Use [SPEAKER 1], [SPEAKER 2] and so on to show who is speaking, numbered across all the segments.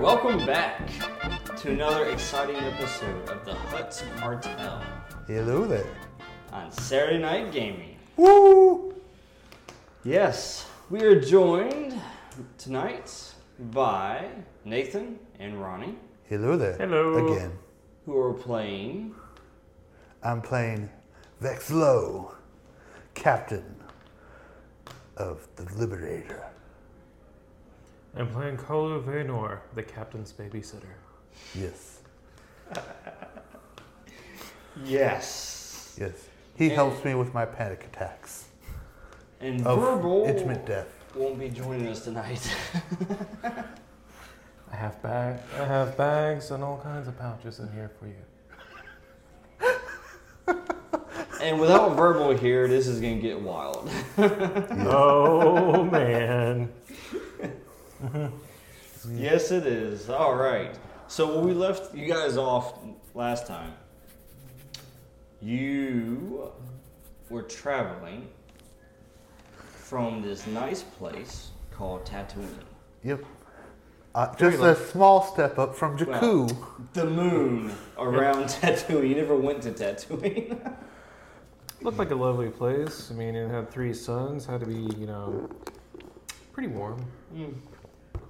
[SPEAKER 1] Welcome back to another exciting episode of the Huts Cartel
[SPEAKER 2] Hello there.
[SPEAKER 1] on Saturday Night Gaming.
[SPEAKER 2] Woo!
[SPEAKER 1] Yes, we are joined tonight by Nathan and Ronnie,
[SPEAKER 2] Hello there.
[SPEAKER 3] Hello.
[SPEAKER 2] Again,
[SPEAKER 1] who are playing.
[SPEAKER 2] I'm playing Vex Low, Captain of the Liberator.
[SPEAKER 3] I'm playing Kalu Vaynor, the captain's babysitter.
[SPEAKER 2] Yes,
[SPEAKER 1] Yes.
[SPEAKER 2] yes. He helps me with my panic attacks
[SPEAKER 1] And
[SPEAKER 2] of
[SPEAKER 1] Verbal
[SPEAKER 2] intimate death.
[SPEAKER 1] won't be joining us tonight.
[SPEAKER 3] I have bag, I have bags and all kinds of pouches in here for you.
[SPEAKER 1] and without Verbal here, this is going to get wild.
[SPEAKER 3] Oh man!
[SPEAKER 1] Mm-hmm. Yes, it is. All right. So when we left you guys off last time, you were traveling from this nice place called Tatooine.
[SPEAKER 2] Yep. Uh, just a small step up from Jakku.
[SPEAKER 1] The moon around Tatooine. You never went to Tatooine.
[SPEAKER 3] Looked like a lovely place. I mean, it had three suns. Had to be, you know, pretty warm.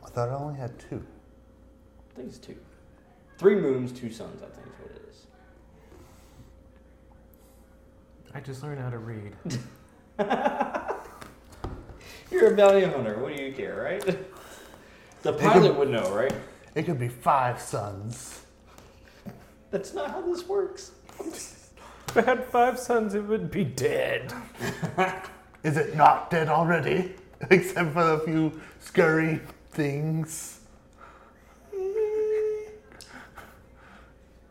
[SPEAKER 2] I thought I only had two.
[SPEAKER 1] I think it's two. Three moons, two suns, I think is what it is.
[SPEAKER 3] I just learned how to read.
[SPEAKER 1] You're a bounty hunter. What do you care, right? The pilot would know, right?
[SPEAKER 2] It could be five suns.
[SPEAKER 1] That's not how this works.
[SPEAKER 3] If I had five suns, it would be dead.
[SPEAKER 2] Is it not dead already? Except for a few scurry things.
[SPEAKER 1] Good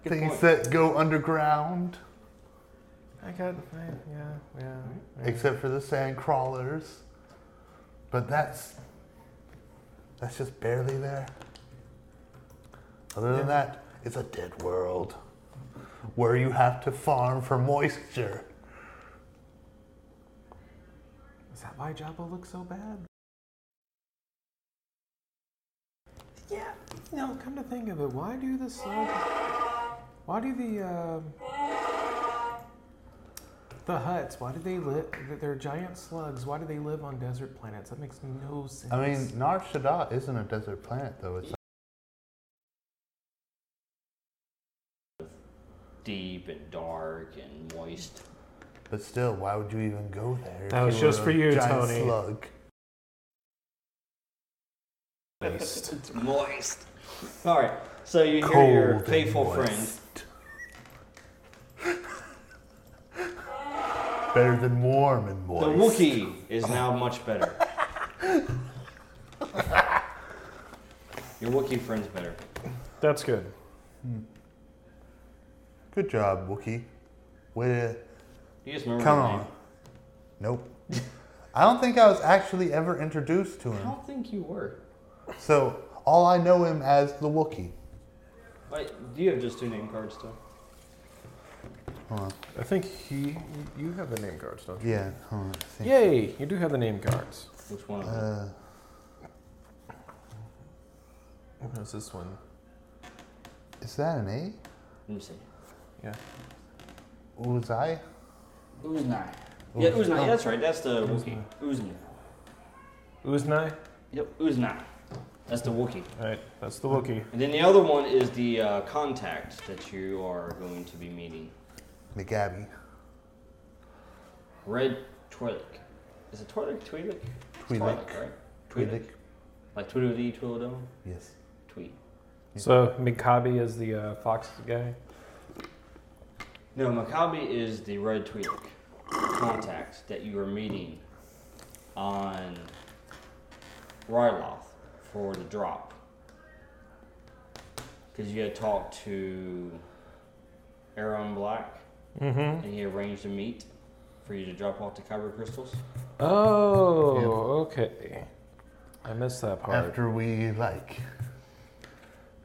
[SPEAKER 2] things
[SPEAKER 1] point.
[SPEAKER 2] that go underground.
[SPEAKER 3] I got, I, yeah, yeah. yeah.
[SPEAKER 2] except for the sand crawlers. But that's that's just barely there. Other than that, it's a dead world where you have to farm for moisture.
[SPEAKER 3] Is that why Jabba looks so bad? Yeah, no, come to think of it, why do the slug- Why do the, um the huts, why do they live, they're giant slugs, why do they live on desert planets? That makes no sense.
[SPEAKER 2] I mean, Nar Shaddaa isn't a desert planet though. It's
[SPEAKER 1] Deep and dark and moist.
[SPEAKER 2] but still, why would you even go there? if
[SPEAKER 3] That was
[SPEAKER 2] were
[SPEAKER 3] just
[SPEAKER 2] a
[SPEAKER 3] for you,
[SPEAKER 2] giant
[SPEAKER 3] Tony.
[SPEAKER 2] Slug.
[SPEAKER 3] Waste.
[SPEAKER 1] It's moist. All right. So you hear your
[SPEAKER 2] Cold and
[SPEAKER 1] faithful friend.
[SPEAKER 2] moist. Better than warm and moist.
[SPEAKER 1] The Wookiee is now much better. your Wookiee friend's better.
[SPEAKER 3] That's good.
[SPEAKER 2] Good job, Wookie. Way to
[SPEAKER 1] You just remember
[SPEAKER 2] Come
[SPEAKER 1] his name.
[SPEAKER 2] on. Nope. I don't think I was actually ever introduced to
[SPEAKER 1] I
[SPEAKER 2] him.
[SPEAKER 1] don't think you were.
[SPEAKER 2] So all I know him as the Wookiee.
[SPEAKER 1] Wait, do you have just two name cards still?
[SPEAKER 3] I think he, you have the name cards, don't
[SPEAKER 2] Yeah. Hold on, let's see.
[SPEAKER 3] Yay, you do have the name cards.
[SPEAKER 1] Which one? of them?
[SPEAKER 2] Uh,
[SPEAKER 3] What's Oh, this one?
[SPEAKER 2] is that an A?
[SPEAKER 1] Let me see.
[SPEAKER 3] Yeah.
[SPEAKER 2] Uzai?
[SPEAKER 1] Uznai. Yeah,
[SPEAKER 2] Uznai.
[SPEAKER 1] Uznai. That's right. That's the Wookiee. Uznai.
[SPEAKER 3] Uznai?
[SPEAKER 1] Yep, Uznai. That's the Wookiee.
[SPEAKER 3] Alright, that's the Wookiee.
[SPEAKER 1] And then the other one is the uh, contact that you are going to be meeting.
[SPEAKER 2] McGabby.
[SPEAKER 1] Red Twi'lek. Is it Twi'lek? Twi'lek? It's
[SPEAKER 2] Twi'lek.
[SPEAKER 1] right? Twi'lek.
[SPEAKER 2] Twi'lek.
[SPEAKER 1] Like Tweedledee, Tweedledum?
[SPEAKER 2] Yes.
[SPEAKER 1] Tweet.
[SPEAKER 3] So, Mikabi is the uh, fox guy?
[SPEAKER 1] No, Maccabi is the red Twi'lek contact that you are meeting on Ryloth for the drop. Because you had talked to Aaron Black
[SPEAKER 3] Mm-hmm.
[SPEAKER 1] and he arranged a meet for you to drop off the Kyber crystals.
[SPEAKER 3] Oh, okay. I missed that part.
[SPEAKER 2] After we like.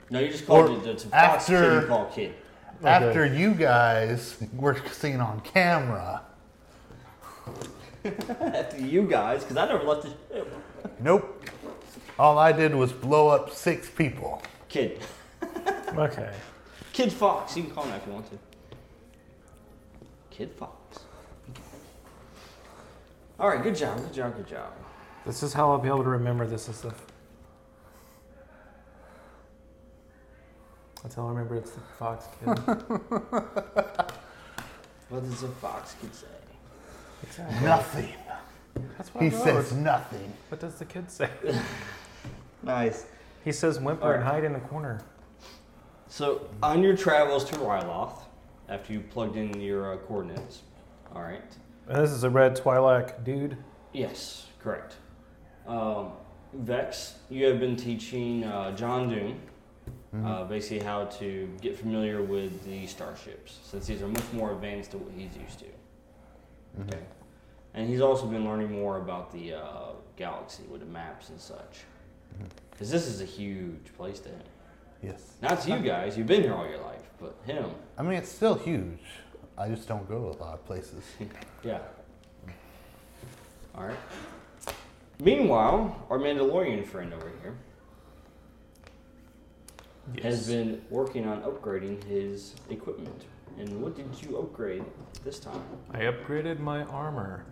[SPEAKER 1] No, you just called
[SPEAKER 2] Or
[SPEAKER 1] it. It's a fox kid.
[SPEAKER 2] after-
[SPEAKER 1] You call kid.
[SPEAKER 2] After you guys were seen on camera.
[SPEAKER 1] After you guys, because I never left the ship.
[SPEAKER 2] Nope. All I did was blow up six people.
[SPEAKER 1] Kid.
[SPEAKER 4] Okay.
[SPEAKER 1] Kid Fox. You can call him that if you want to. Kid Fox. All right, good job, good job, good job.
[SPEAKER 3] This is how I'll be able to remember this and stuff. That's how I remember it's the Fox Kid.
[SPEAKER 1] What does a fox kid say?
[SPEAKER 3] exactly.
[SPEAKER 2] Nothing.
[SPEAKER 3] That's what
[SPEAKER 2] He
[SPEAKER 3] I wrote.
[SPEAKER 2] says nothing.
[SPEAKER 3] What does the kid say?
[SPEAKER 1] Nice.
[SPEAKER 3] He says whimper and hide in the corner.
[SPEAKER 1] So, on your travels to Ryloth, after you plugged in your uh, coordinates, all right.
[SPEAKER 3] And this is a red Twi'lek dude.
[SPEAKER 1] Yes, correct. Um, Vex, you have been teaching uh, John Doom uh, basically how to get familiar with the starships, since these are much more advanced to what he's used to. Okay. And he's also been learning more about the uh, galaxy with the maps and such. Because this is a huge place to him.
[SPEAKER 2] Yes.
[SPEAKER 1] Not to you guys, you've been here all your life, but him,
[SPEAKER 2] I mean, it's still huge. I just don't go to a lot of places.
[SPEAKER 1] yeah. Alright. Meanwhile, our Mandalorian friend over here has been working on upgrading his equipment. And what did you upgrade this time?
[SPEAKER 3] I upgraded my armor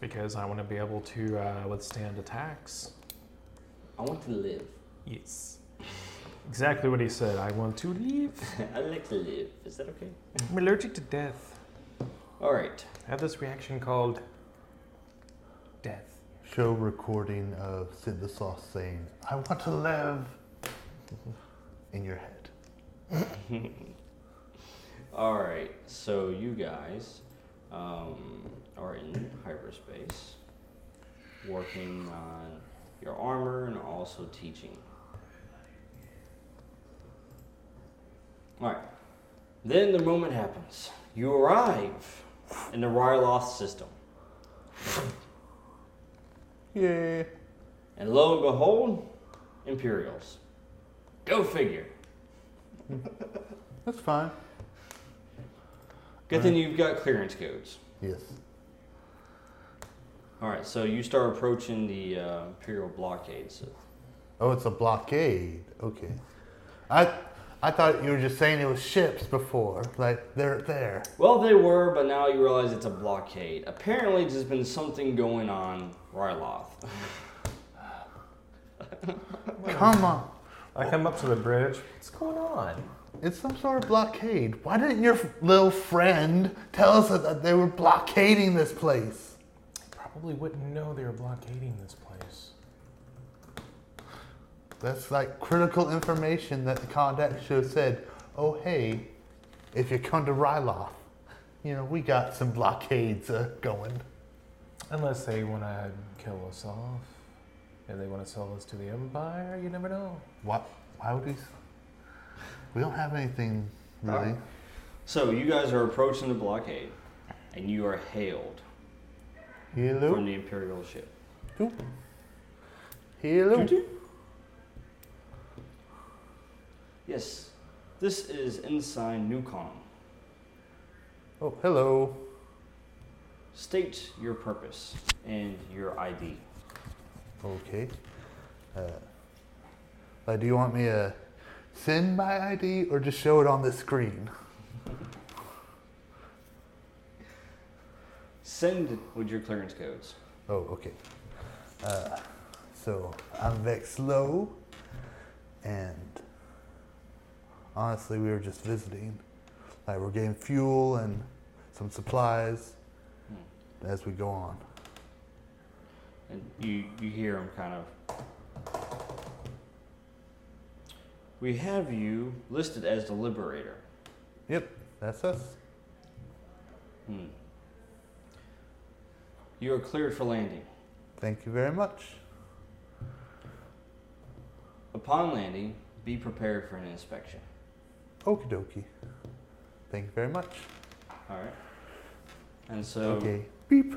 [SPEAKER 3] because I want to be able to uh, withstand attacks.
[SPEAKER 1] I want to live.
[SPEAKER 3] Yes. Exactly what he said. I want to leave.
[SPEAKER 1] I like to live. Is that okay?
[SPEAKER 3] I'm allergic to death.
[SPEAKER 1] Alright.
[SPEAKER 3] I have this reaction called death.
[SPEAKER 2] Show recording of Sid the Sauce saying, I want to live in your head.
[SPEAKER 1] Alright, so you guys um, are in hyperspace working on your armor and also teaching. Alright, then the moment happens. You arrive in the Ryloth system,
[SPEAKER 2] Yeah.
[SPEAKER 1] and lo and behold, Imperials. Go figure.
[SPEAKER 2] That's fine.
[SPEAKER 1] Good thing you've got clearance codes.
[SPEAKER 2] Yes.
[SPEAKER 1] All right, so you start approaching the uh, Imperial blockade. So
[SPEAKER 2] Oh, it's a blockade. Okay. I I thought you were just saying it was ships before. Like they're there.
[SPEAKER 1] Well, they were, but now you realize it's a blockade. Apparently, there's been something going on Ryloth.
[SPEAKER 2] Come on.
[SPEAKER 3] I come up to the bridge. What's going on?
[SPEAKER 2] It's some sort of blockade. Why didn't your little friend tell us that- that they were blockading this place?
[SPEAKER 3] Probably wouldn't know they were blockading this place.
[SPEAKER 2] That's like critical information that the contact should have said. Oh, hey, if you come to Ryloth, you know, we got some blockades uh, going.
[SPEAKER 3] Unless they want to kill us off. If they want to sell us to the Empire, you never know.
[SPEAKER 2] Why, why would we? s- We don't have anything really.
[SPEAKER 1] So you guys are approaching the blockade, and you are hailed from
[SPEAKER 2] Hello?
[SPEAKER 1] the Imperial ship.
[SPEAKER 2] Hello?
[SPEAKER 1] Yes, this is Ensign Newcom.
[SPEAKER 2] Oh, hello.
[SPEAKER 1] State your purpose and your ID.
[SPEAKER 2] Okay. Uh, uh, do you want me to send my ID or just show it on the screen?
[SPEAKER 1] Send with your clearance codes.
[SPEAKER 2] Oh, okay. Uh, so I'm Vex Low, and honestly, we were just visiting. Like we're getting fuel and some supplies as we go on.
[SPEAKER 1] And you, you hear him kind of. We have you listed as the Liberator.
[SPEAKER 2] Yep, that's us.
[SPEAKER 1] Hmm. You are cleared for landing.
[SPEAKER 2] Thank you very much.
[SPEAKER 1] Upon landing, be prepared for an inspection.
[SPEAKER 2] Okie dokie. Thank you very much.
[SPEAKER 1] All right. And so,
[SPEAKER 2] Okay. Beep.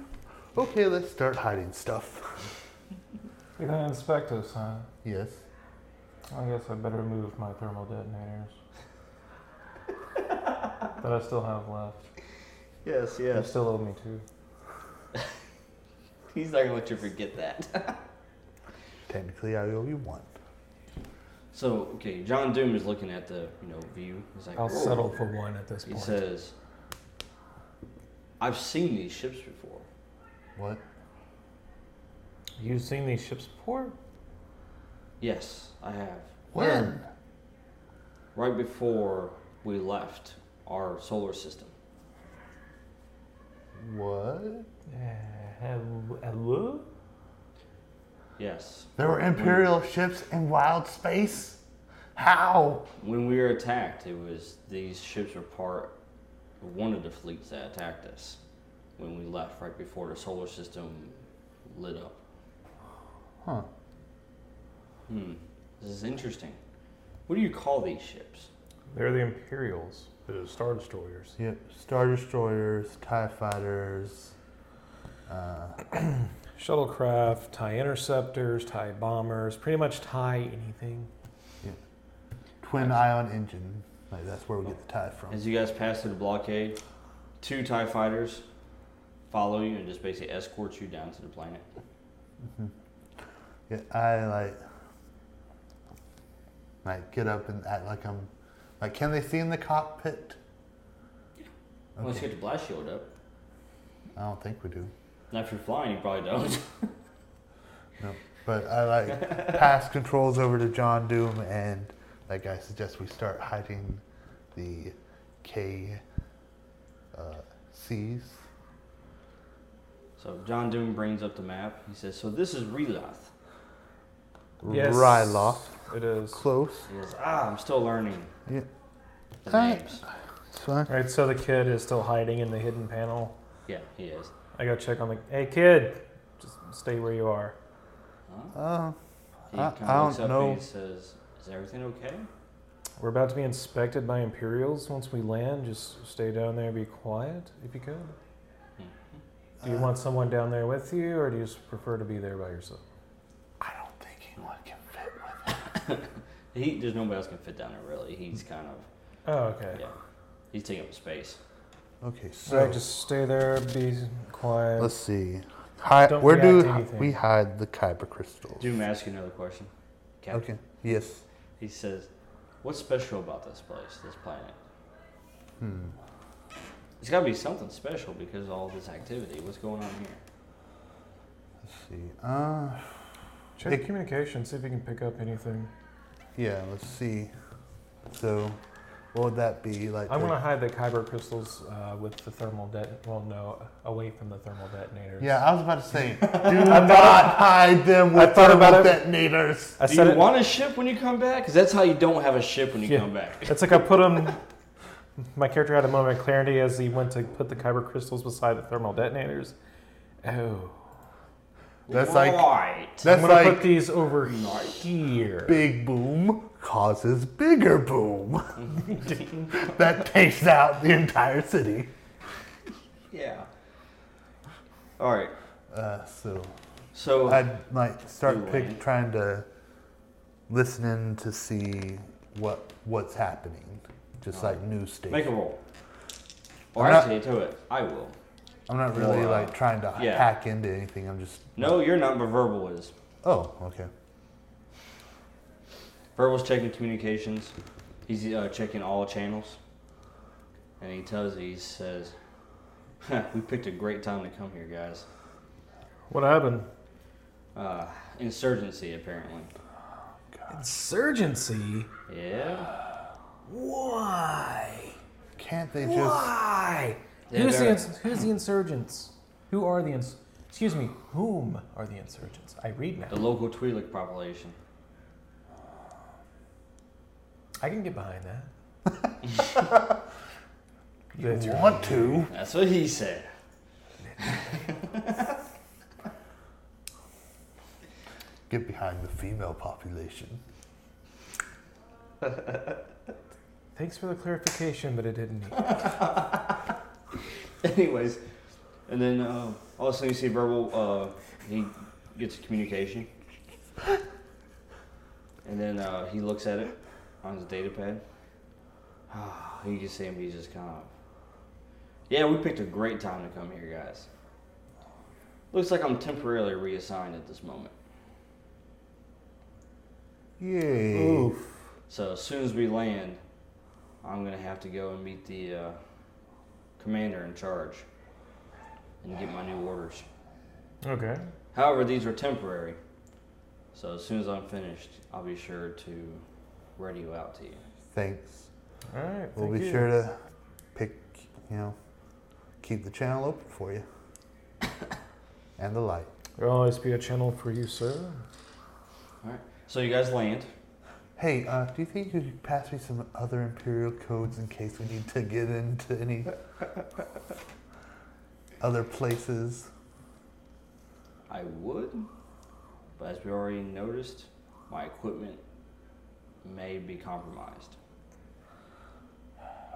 [SPEAKER 2] Okay, let's start hiding stuff.
[SPEAKER 3] You're gonna inspect us, huh?
[SPEAKER 2] Yes.
[SPEAKER 3] I guess I better move my thermal detonators. that I still have left.
[SPEAKER 1] yes,
[SPEAKER 3] You still owe me two.
[SPEAKER 1] He's not gonna let you forget that.
[SPEAKER 2] Technically, I owe you one.
[SPEAKER 1] So okay, John Doom is looking at the you know view. He's like,
[SPEAKER 3] I'll
[SPEAKER 1] "Whoa."
[SPEAKER 3] settle for one at this
[SPEAKER 1] He
[SPEAKER 3] point.
[SPEAKER 1] says, "I've seen these ships before.
[SPEAKER 2] What?
[SPEAKER 3] You've seen these ships before?
[SPEAKER 1] Yes, I have.
[SPEAKER 2] When?
[SPEAKER 1] Right before we left our solar system.
[SPEAKER 2] What?
[SPEAKER 3] Uh, hel- hello?
[SPEAKER 1] Yes,
[SPEAKER 2] There were Imperial ships in wild space? How?
[SPEAKER 1] when we were attacked, it was these ships were part of one of the fleets that attacked us when we left right before the solar system lit up.
[SPEAKER 2] Huh.
[SPEAKER 1] Hmm, this is interesting. What do you call these ships?
[SPEAKER 5] They're the Imperials, the Star Destroyers.
[SPEAKER 2] Yep. Star destroyers, TIE fighters. Uh,
[SPEAKER 3] Shuttlecraft, TIE interceptors, TIE bombers, pretty much TIE anything.
[SPEAKER 2] twin ion engine. Like that's where we get the tie from.
[SPEAKER 1] As you guys pass through the blockade, two TIE fighters follow you and just basically escort you down to the planet.
[SPEAKER 2] Yeah, I like like get up and act like I'm like can they see in the cockpit?
[SPEAKER 1] Unless you get the blast shield up.
[SPEAKER 2] I don't think we do.
[SPEAKER 1] Now, if you're flying, you probably don't.
[SPEAKER 2] But I like pass controls over to John Doom and like I suggest we start hiding the K uh, C's.
[SPEAKER 1] so, John Doom brings up the map. He says, So this is Reloth.
[SPEAKER 2] Ryloth.
[SPEAKER 5] It is.
[SPEAKER 2] Close.
[SPEAKER 1] He goes, Ah, I'm still learning
[SPEAKER 2] Yeah. Ah.
[SPEAKER 1] the
[SPEAKER 2] Alright.
[SPEAKER 1] names.
[SPEAKER 2] It's fine.
[SPEAKER 3] Alright, so the kid is still hiding in the hidden panel.
[SPEAKER 1] Yeah, he is.
[SPEAKER 3] I go check on the. Hey, kid! Just stay where you are.
[SPEAKER 1] Huh?
[SPEAKER 2] Uh,
[SPEAKER 1] He
[SPEAKER 2] I-
[SPEAKER 1] kind
[SPEAKER 2] I
[SPEAKER 1] of looks up
[SPEAKER 2] don't know.
[SPEAKER 1] and he says, Is everything okay?
[SPEAKER 3] We're about to be inspected by Imperials once we land. Just stay down there, be quiet if you could. Do you
[SPEAKER 2] Uh,
[SPEAKER 3] want someone down there with you, or do you just prefer to be there by yourself?
[SPEAKER 2] I don't think anyone can fit with it.
[SPEAKER 1] He, there's nobody else can fit down there, really. He's kind of,
[SPEAKER 3] Oh, okay.
[SPEAKER 1] yeah, he's taking up space.
[SPEAKER 2] Okay,
[SPEAKER 3] So
[SPEAKER 2] so
[SPEAKER 3] just stay there, be quiet.
[SPEAKER 2] let's see. Hi,
[SPEAKER 3] Don't
[SPEAKER 2] where do
[SPEAKER 3] react to anything.
[SPEAKER 2] we hide the kyber crystals?
[SPEAKER 1] Doom asks you another question. Captain.
[SPEAKER 2] Okay. Yes.
[SPEAKER 1] He says, What's special about this place, this planet?
[SPEAKER 2] Hmm.
[SPEAKER 1] It's got to be something special because of all this activity. What's going on here?
[SPEAKER 2] Let's see. Uh,
[SPEAKER 3] Check
[SPEAKER 2] Hey.
[SPEAKER 3] communication, see if you can pick up anything.
[SPEAKER 2] yeah. Let's see. So, what would that be like?
[SPEAKER 3] I
[SPEAKER 2] the-
[SPEAKER 3] want to hide the kyber crystals uh, with the thermal detonators. Well, no, away from the thermal detonators.
[SPEAKER 2] Yeah, I was about to say, do not hide them with
[SPEAKER 3] thought about
[SPEAKER 2] thermal
[SPEAKER 3] it.
[SPEAKER 2] detonators.
[SPEAKER 3] I
[SPEAKER 1] Do you
[SPEAKER 3] said it.
[SPEAKER 1] want a ship when you come back? Because that's how you don't have a ship when you
[SPEAKER 3] Yeah.
[SPEAKER 1] come back.
[SPEAKER 3] It's like I put them. My character had a moment of clarity as he went to put the kyber crystals beside the thermal detonators. Oh,
[SPEAKER 2] That's like-
[SPEAKER 1] Right.
[SPEAKER 2] That's
[SPEAKER 3] I'm gonna
[SPEAKER 2] like
[SPEAKER 3] put these over
[SPEAKER 1] Right.
[SPEAKER 3] here.
[SPEAKER 2] big boom causes bigger boom. that takes out the entire city.
[SPEAKER 1] yeah. All right.
[SPEAKER 2] Uh, so
[SPEAKER 1] So
[SPEAKER 2] I'd like start
[SPEAKER 1] Ooh,
[SPEAKER 2] pick,
[SPEAKER 1] right.
[SPEAKER 2] trying to listen in to see what what's happening, just like news
[SPEAKER 1] make a
[SPEAKER 2] station.
[SPEAKER 1] roll. Or
[SPEAKER 2] I'm not-
[SPEAKER 1] actually, to it, I will.
[SPEAKER 2] I'm not really
[SPEAKER 1] Wow.
[SPEAKER 2] like trying to
[SPEAKER 1] Yeah.
[SPEAKER 2] hack into anything. I'm just
[SPEAKER 1] No, your number verbal is.
[SPEAKER 2] oh okay.
[SPEAKER 1] Verbal's checking communications. He's uh, checking all channels. And he tells you, he says, "Huh, We picked a great time to come here, guys.
[SPEAKER 3] What happened?
[SPEAKER 1] Uh, insurgency, apparently.
[SPEAKER 3] Insurgency.
[SPEAKER 1] Yeah.
[SPEAKER 3] Why?
[SPEAKER 2] Can't they just?
[SPEAKER 3] Why?
[SPEAKER 1] Yeah,
[SPEAKER 3] who's, the
[SPEAKER 1] they're-
[SPEAKER 3] ins- who's the insurgents? Who are the ins? Excuse me. Whom are the insurgents? I read
[SPEAKER 1] The
[SPEAKER 3] now.
[SPEAKER 1] local Twi'lek population.
[SPEAKER 3] I can get behind that.
[SPEAKER 2] You
[SPEAKER 3] That's right.
[SPEAKER 2] want to?
[SPEAKER 1] That's what he said.
[SPEAKER 2] Get behind the female population.
[SPEAKER 3] Thanks for the clarification, but it didn't. need-
[SPEAKER 1] Anyways, and then uh, all of a sudden you see verbal. Uh, he gets a communication, and then uh, he looks at it on his data pad. you can see him. He's just kind of. Yeah, we picked a great time to come here, guys. Looks like I'm temporarily reassigned at this moment.
[SPEAKER 2] Yay.
[SPEAKER 1] So as soon as we land, I'm gonna have to go and meet the uh, commander in charge and get my new orders.
[SPEAKER 3] Okay.
[SPEAKER 1] However, these are temporary. So as soon as I'm finished, I'll be sure to radio out to you.
[SPEAKER 2] Thanks.
[SPEAKER 3] All right.
[SPEAKER 2] We'll
[SPEAKER 3] thank
[SPEAKER 2] be
[SPEAKER 3] you.
[SPEAKER 2] sure to pick, you know, keep the channel open for you. and the light.
[SPEAKER 3] There'll always be a channel for you, sir.
[SPEAKER 1] So you guys land.
[SPEAKER 2] Hey, uh, do you think you could pass me some other Imperial codes in case we need to get into any other places?
[SPEAKER 1] I would, but as we already noticed, my equipment may be compromised.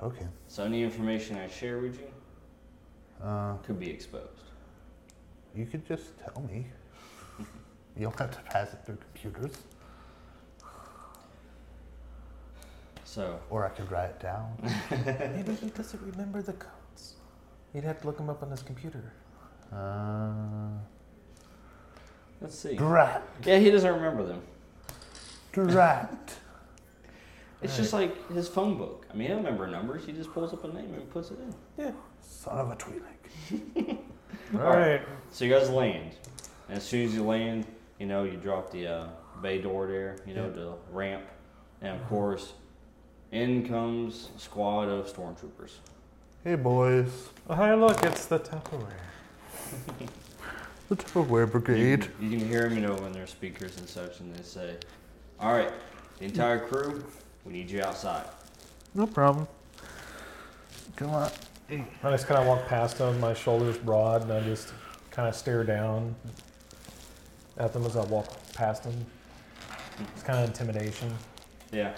[SPEAKER 2] Okay.
[SPEAKER 1] So any information I share with you
[SPEAKER 2] Uh,
[SPEAKER 1] could be exposed.
[SPEAKER 2] you could just tell me. You don't have to pass it through computers,
[SPEAKER 1] So
[SPEAKER 2] or I could write it down.
[SPEAKER 3] Maybe he doesn't remember the codes. He'd have to look them up on his computer.
[SPEAKER 2] Uh,
[SPEAKER 1] let's see.
[SPEAKER 2] drat,
[SPEAKER 1] Yeah, he doesn't remember them.
[SPEAKER 2] drat.
[SPEAKER 1] It's just like his phone book. I mean, he don't remember numbers. He just pulls up a name and puts it in.
[SPEAKER 2] Son of a Twi'lek.
[SPEAKER 3] All
[SPEAKER 1] right.
[SPEAKER 3] right.
[SPEAKER 1] So you guys land, and as soon as you land, you know you drop the uh, bay door there, you know
[SPEAKER 2] Yeah.
[SPEAKER 1] the ramp, and of course, in comes a squad of stormtroopers.
[SPEAKER 2] Hey, boys.
[SPEAKER 3] Hey, look, it's the Tupperware.
[SPEAKER 2] The Tupperware
[SPEAKER 1] You
[SPEAKER 2] Brigade.
[SPEAKER 1] can, you can hear them, you know, when they're speakers and such, and they say, "All right, the entire crew, we need you outside."
[SPEAKER 2] No problem. Come on.
[SPEAKER 3] I just kind of walk past them, my shoulders broad, and I just kind of stare down at them as I walk past them. It's kind of intimidation.
[SPEAKER 1] Yeah.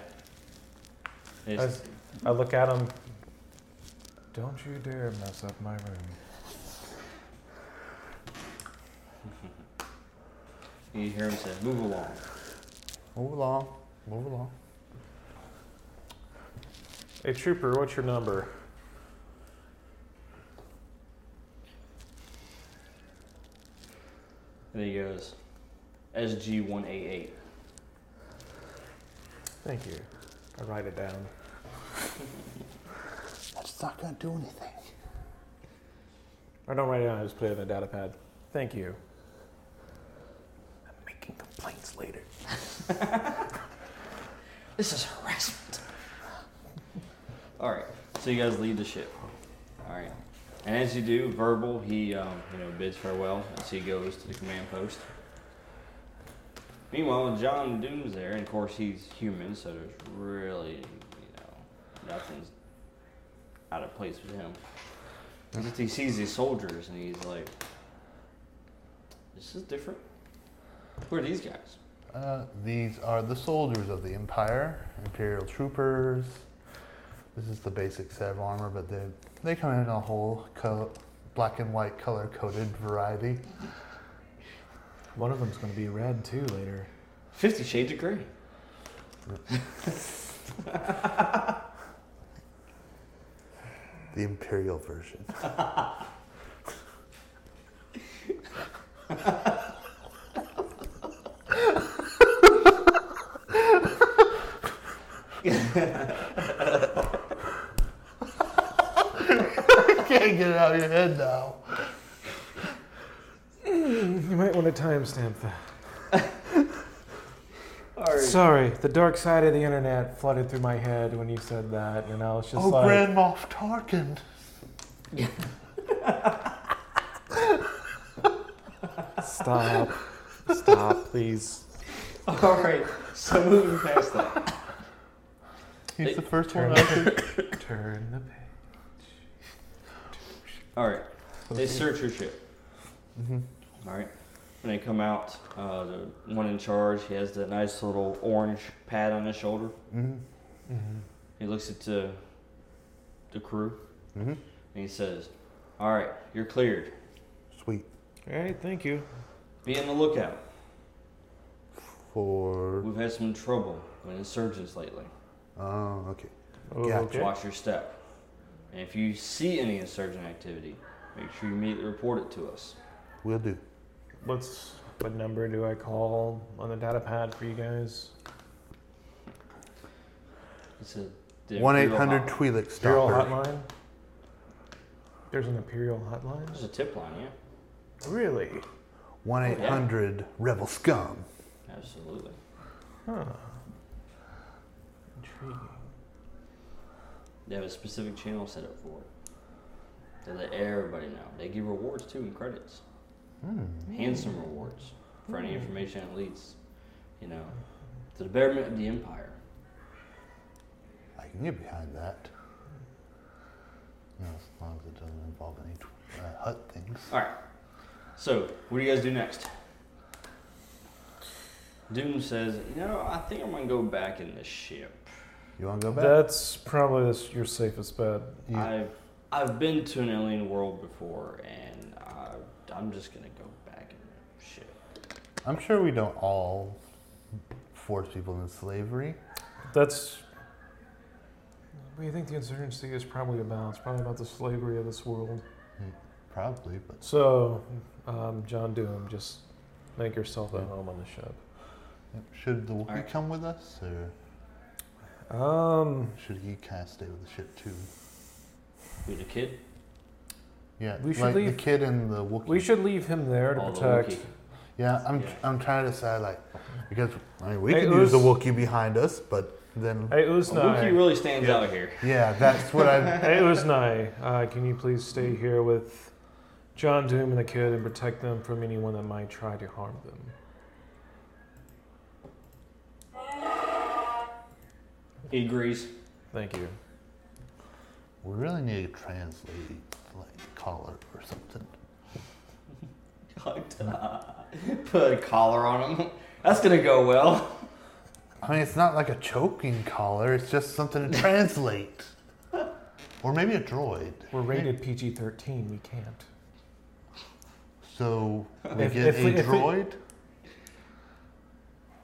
[SPEAKER 1] They
[SPEAKER 3] I,
[SPEAKER 1] just-
[SPEAKER 3] s- I look at them. Don't you dare mess up my room.
[SPEAKER 1] you hear them say, "Move along."
[SPEAKER 2] Move along. Move along.
[SPEAKER 3] Hey, trooper, what's your number?
[SPEAKER 1] And he goes, "SG one eight eight.
[SPEAKER 3] Thank you. I write it down.
[SPEAKER 2] That's not gonna do anything.
[SPEAKER 3] I don't write it down, I just put it in a data pad. Thank you. I'm making complaints later.
[SPEAKER 1] This is harassment." All right. So you guys leave the ship. All right. And as you do, verbal, he um, you know bids farewell as he goes to the command post. Meanwhile, John Doom's there, and of course he's human, so there's really you know nothing's out of place with him. He just- He sees these soldiers, and he's like, "This is different. Who are these guys?"
[SPEAKER 2] Uh, these are the soldiers of the Empire, Imperial troopers. This is the basic set of armor, but they they come in a whole co- black and white color coded variety.
[SPEAKER 3] One of them's going to be red too later.
[SPEAKER 1] Fifty Shades of Grey.
[SPEAKER 2] The Imperial version. I can't get it out of your head now.
[SPEAKER 3] You might want to timestamp that.
[SPEAKER 1] All right.
[SPEAKER 3] Sorry, the dark side of the internet flooded through my head when you said that, and I was just
[SPEAKER 2] oh,
[SPEAKER 3] like,
[SPEAKER 2] Grand Moff Tarkin.
[SPEAKER 3] "Stop, stop, please."
[SPEAKER 1] All right. So moving past that.
[SPEAKER 2] He's
[SPEAKER 1] Hey,
[SPEAKER 2] the first
[SPEAKER 3] Turn
[SPEAKER 2] one.
[SPEAKER 3] the
[SPEAKER 2] I see.
[SPEAKER 3] page. Turn the page.
[SPEAKER 1] All right. They search your ship.
[SPEAKER 3] Mm-hmm.
[SPEAKER 1] All right. When they come out, uh, the one in charge, he has that nice little orange pad on his shoulder.
[SPEAKER 2] Mhm.
[SPEAKER 3] Mm-hmm.
[SPEAKER 1] He looks at the, the crew
[SPEAKER 2] Mhm.
[SPEAKER 1] and he says, All right, you're cleared.
[SPEAKER 2] Sweet
[SPEAKER 3] All right, thank you.
[SPEAKER 1] Be on the lookout.
[SPEAKER 2] for.
[SPEAKER 1] We've had some trouble with insurgents lately.
[SPEAKER 2] Oh, okay.
[SPEAKER 3] Oh,
[SPEAKER 2] Yeah.
[SPEAKER 3] okay.
[SPEAKER 1] Watch your step. And if you see any insurgent activity, make sure you immediately report it to us.
[SPEAKER 2] We'll do.
[SPEAKER 3] What's what number do I call on the data pad for you guys?
[SPEAKER 1] It's a the
[SPEAKER 2] One eight
[SPEAKER 1] Imperial
[SPEAKER 2] hundred
[SPEAKER 1] hotline.
[SPEAKER 2] Twi'lek
[SPEAKER 3] Imperial
[SPEAKER 2] stopper.
[SPEAKER 3] hotline. There's an Imperial
[SPEAKER 1] There's
[SPEAKER 3] hotline.
[SPEAKER 1] a tip line, yeah.
[SPEAKER 3] Really?
[SPEAKER 2] One eight hundred rebel scum.
[SPEAKER 1] Absolutely.
[SPEAKER 3] Huh. Intriguing.
[SPEAKER 1] They have a specific channel set up for it. They let everybody know. They give rewards too and credits.
[SPEAKER 2] Hmm.
[SPEAKER 1] Handsome rewards for any information that leads, you know, to the betterment of the empire.
[SPEAKER 2] I can get behind that. You know, as long as it doesn't involve any tw- uh, hut things.
[SPEAKER 1] All right. So, what do you guys do next? Doom says, "You know, I think I'm gonna go back in the ship.
[SPEAKER 2] You want to go back?
[SPEAKER 3] That's probably this, your safest bet.
[SPEAKER 2] You-
[SPEAKER 1] I've I've been to an alien world before, and I, I'm just gonna go back in the ship.
[SPEAKER 2] I'm sure we don't all force people into slavery.
[SPEAKER 3] That's
[SPEAKER 6] What do you think the insurgency is probably about? It's probably about the slavery of this world.
[SPEAKER 2] Probably, but
[SPEAKER 3] so, um, John Doom. Just make yourself at
[SPEAKER 2] Yeah.
[SPEAKER 3] home on the ship.
[SPEAKER 2] yep. should the Wookiee
[SPEAKER 1] Alright.
[SPEAKER 2] come with us, or
[SPEAKER 3] Um,
[SPEAKER 2] should he kind of stay with the ship too?
[SPEAKER 1] Who's the kid?
[SPEAKER 2] Yeah,
[SPEAKER 3] We should
[SPEAKER 2] like the
[SPEAKER 3] leave-
[SPEAKER 2] kid and the Wookiee.
[SPEAKER 3] we should leave him there to
[SPEAKER 1] All the
[SPEAKER 3] protect.
[SPEAKER 1] Wookiee.
[SPEAKER 2] Yeah, I'm
[SPEAKER 1] Yeah.
[SPEAKER 2] I'm trying to decide like because I mean, we
[SPEAKER 3] Hey,
[SPEAKER 2] could use the
[SPEAKER 3] Uz.
[SPEAKER 2] Wookiee behind us, but then
[SPEAKER 3] Hey
[SPEAKER 1] Wookie
[SPEAKER 3] Uznai.
[SPEAKER 1] really stands out here.
[SPEAKER 2] yeah, that's what I.
[SPEAKER 3] Hey Uznai, uh, can you please stay here with John Doom and the kid and protect them from anyone that might try to harm them?
[SPEAKER 1] He agrees.
[SPEAKER 3] Thank you.
[SPEAKER 2] We really need to translate like collar or something.
[SPEAKER 1] Put a collar on him. That's gonna go well.
[SPEAKER 2] I mean, it's not like a choking collar. It's just something to translate, or maybe a droid.
[SPEAKER 3] We're rated PG 13, we can't.
[SPEAKER 2] So we
[SPEAKER 3] If-
[SPEAKER 2] get
[SPEAKER 3] if
[SPEAKER 2] a
[SPEAKER 3] we- if we-
[SPEAKER 2] droid.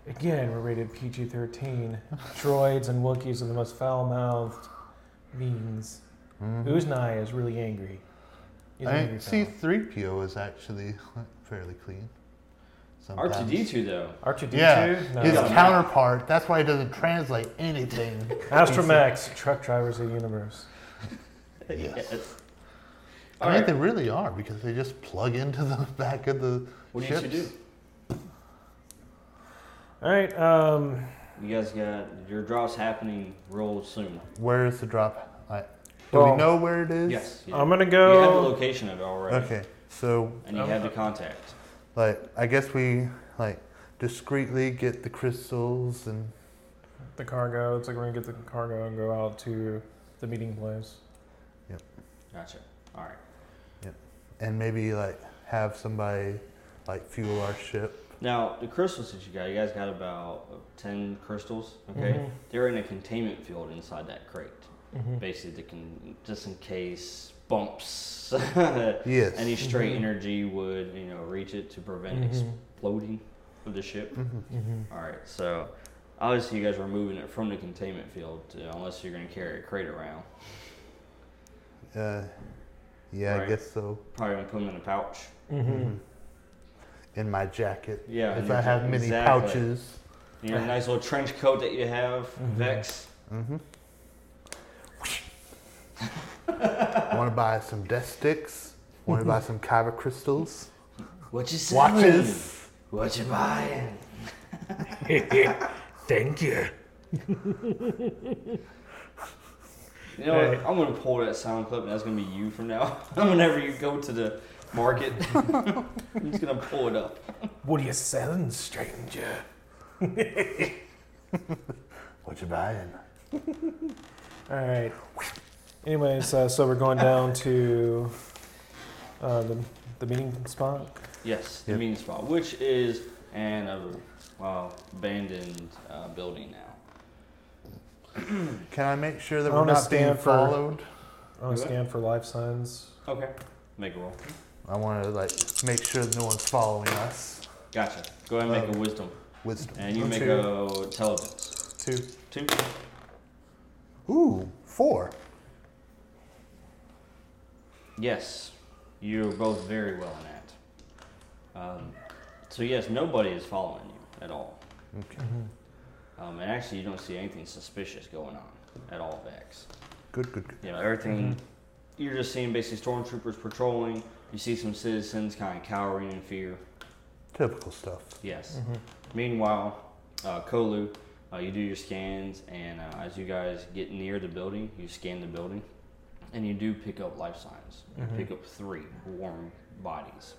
[SPEAKER 3] Again, we're rated PG 13. Droids and Wookiees are the most foul mouthed beings. Uznai is really angry.
[SPEAKER 2] Mm-hmm.
[SPEAKER 3] He's an
[SPEAKER 2] I
[SPEAKER 3] angry
[SPEAKER 2] see
[SPEAKER 3] fellow.
[SPEAKER 2] three PO is actually fairly clean.
[SPEAKER 1] R
[SPEAKER 2] Sometimes.
[SPEAKER 1] two D two though.
[SPEAKER 3] R2D2?
[SPEAKER 2] Yeah,
[SPEAKER 3] No.
[SPEAKER 2] his
[SPEAKER 1] Yeah.
[SPEAKER 2] counterpart. That's why he doesn't translate anything.
[SPEAKER 3] Astromax, truck drivers of the universe.
[SPEAKER 2] Yes.
[SPEAKER 1] All
[SPEAKER 2] I think
[SPEAKER 1] right.
[SPEAKER 2] they really are because they just plug into the back of the.
[SPEAKER 1] What do you two do?
[SPEAKER 2] ships.
[SPEAKER 3] All right, um,
[SPEAKER 1] You guys got your drops happening real soon.
[SPEAKER 2] Where is the drop? I, do
[SPEAKER 3] Well,
[SPEAKER 2] we know where it is?
[SPEAKER 1] Yes. You,
[SPEAKER 3] I'm gonna
[SPEAKER 1] you have the
[SPEAKER 3] go.
[SPEAKER 1] location of it already.
[SPEAKER 2] Okay, so
[SPEAKER 1] And you
[SPEAKER 3] Um,
[SPEAKER 1] have the contact.
[SPEAKER 2] like I guess we like discreetly get the crystals and
[SPEAKER 3] The cargo. It's like we're gonna get the cargo and go out to the meeting place.
[SPEAKER 1] Gotcha. All right.
[SPEAKER 2] and maybe like have somebody like fuel our ship.
[SPEAKER 1] Now the crystals that you got, you guys got about uh, ten crystals. Okay.
[SPEAKER 2] Mm-hmm.
[SPEAKER 3] Mhm.
[SPEAKER 1] They're in a containment field inside that crate.
[SPEAKER 3] Mhm.
[SPEAKER 1] Basically, they can just in case bumps,
[SPEAKER 2] Yes.
[SPEAKER 1] any stray
[SPEAKER 3] Mhm.
[SPEAKER 2] Mm-hmm.
[SPEAKER 1] energy would you know reach it to prevent
[SPEAKER 3] Mhm.
[SPEAKER 1] exploding of the ship.
[SPEAKER 2] Mhm.
[SPEAKER 3] Mhm.
[SPEAKER 1] All right, so obviously you guys were moving it from the containment field, uh, unless you're going to carry a crate around.
[SPEAKER 2] Uh, yeah, I
[SPEAKER 1] Right.
[SPEAKER 2] guess so.
[SPEAKER 1] Probably going to put them in a pouch.
[SPEAKER 3] Mhm.
[SPEAKER 2] Mm-hmm. In my jacket,
[SPEAKER 1] Yeah, in
[SPEAKER 2] if I
[SPEAKER 1] your-
[SPEAKER 2] have many
[SPEAKER 1] exactly.
[SPEAKER 2] pouches.
[SPEAKER 1] You know, nice little trench coat that you have,
[SPEAKER 3] Mhm.
[SPEAKER 1] Vex.
[SPEAKER 2] Mm-hmm. Want to buy some death sticks? Want to buy some kyber crystals?
[SPEAKER 1] What you selling?
[SPEAKER 2] Watches?
[SPEAKER 1] What you buying?
[SPEAKER 6] Thank you.
[SPEAKER 1] You know, what?
[SPEAKER 3] Hey.
[SPEAKER 1] I'm going to pull that sound clip, and that's going to be you from now. on. Whenever you go to the market, I'm just going to pull it up.
[SPEAKER 3] What are you selling, stranger?
[SPEAKER 2] What you buying?
[SPEAKER 3] All right. Anyways, uh, so we're going down to uh, the, the meeting spot.
[SPEAKER 1] Yes, the
[SPEAKER 2] Yep.
[SPEAKER 1] meeting spot, which is an uh, well, abandoned uh, building now.
[SPEAKER 2] Can I make sure that
[SPEAKER 3] I
[SPEAKER 2] we're
[SPEAKER 3] wanna
[SPEAKER 2] not being
[SPEAKER 3] stand for-
[SPEAKER 2] followed?
[SPEAKER 3] I want
[SPEAKER 1] Okay.
[SPEAKER 3] to scan for life signs.
[SPEAKER 1] Okay. Make a roll.
[SPEAKER 2] I want to like make sure that no one's following us.
[SPEAKER 1] Gotcha. Go ahead and make a wisdom.
[SPEAKER 2] Wisdom.
[SPEAKER 1] And you
[SPEAKER 3] One,
[SPEAKER 1] make
[SPEAKER 3] two.
[SPEAKER 1] a intelligence.
[SPEAKER 3] Two.
[SPEAKER 1] Two.
[SPEAKER 2] Ooh, four.
[SPEAKER 1] Yes, you're both very well in that. Um, so yes, nobody is following you at all.
[SPEAKER 2] Okay.
[SPEAKER 4] Mm-hmm.
[SPEAKER 1] Um, and actually, you don't see anything suspicious going on. at all Vex.
[SPEAKER 2] Good, good, good.
[SPEAKER 1] You know, everything. You're just seeing basically stormtroopers patrolling. You see some citizens kind of cowering in fear.
[SPEAKER 2] Typical stuff.
[SPEAKER 1] Yes.
[SPEAKER 4] Mm-hmm.
[SPEAKER 1] Meanwhile, uh, Kolu, uh, you do your scans, and uh, as you guys get near the building, you scan the building, and you do pick up life signs. You
[SPEAKER 2] Mm-hmm.
[SPEAKER 1] pick up three warm bodies.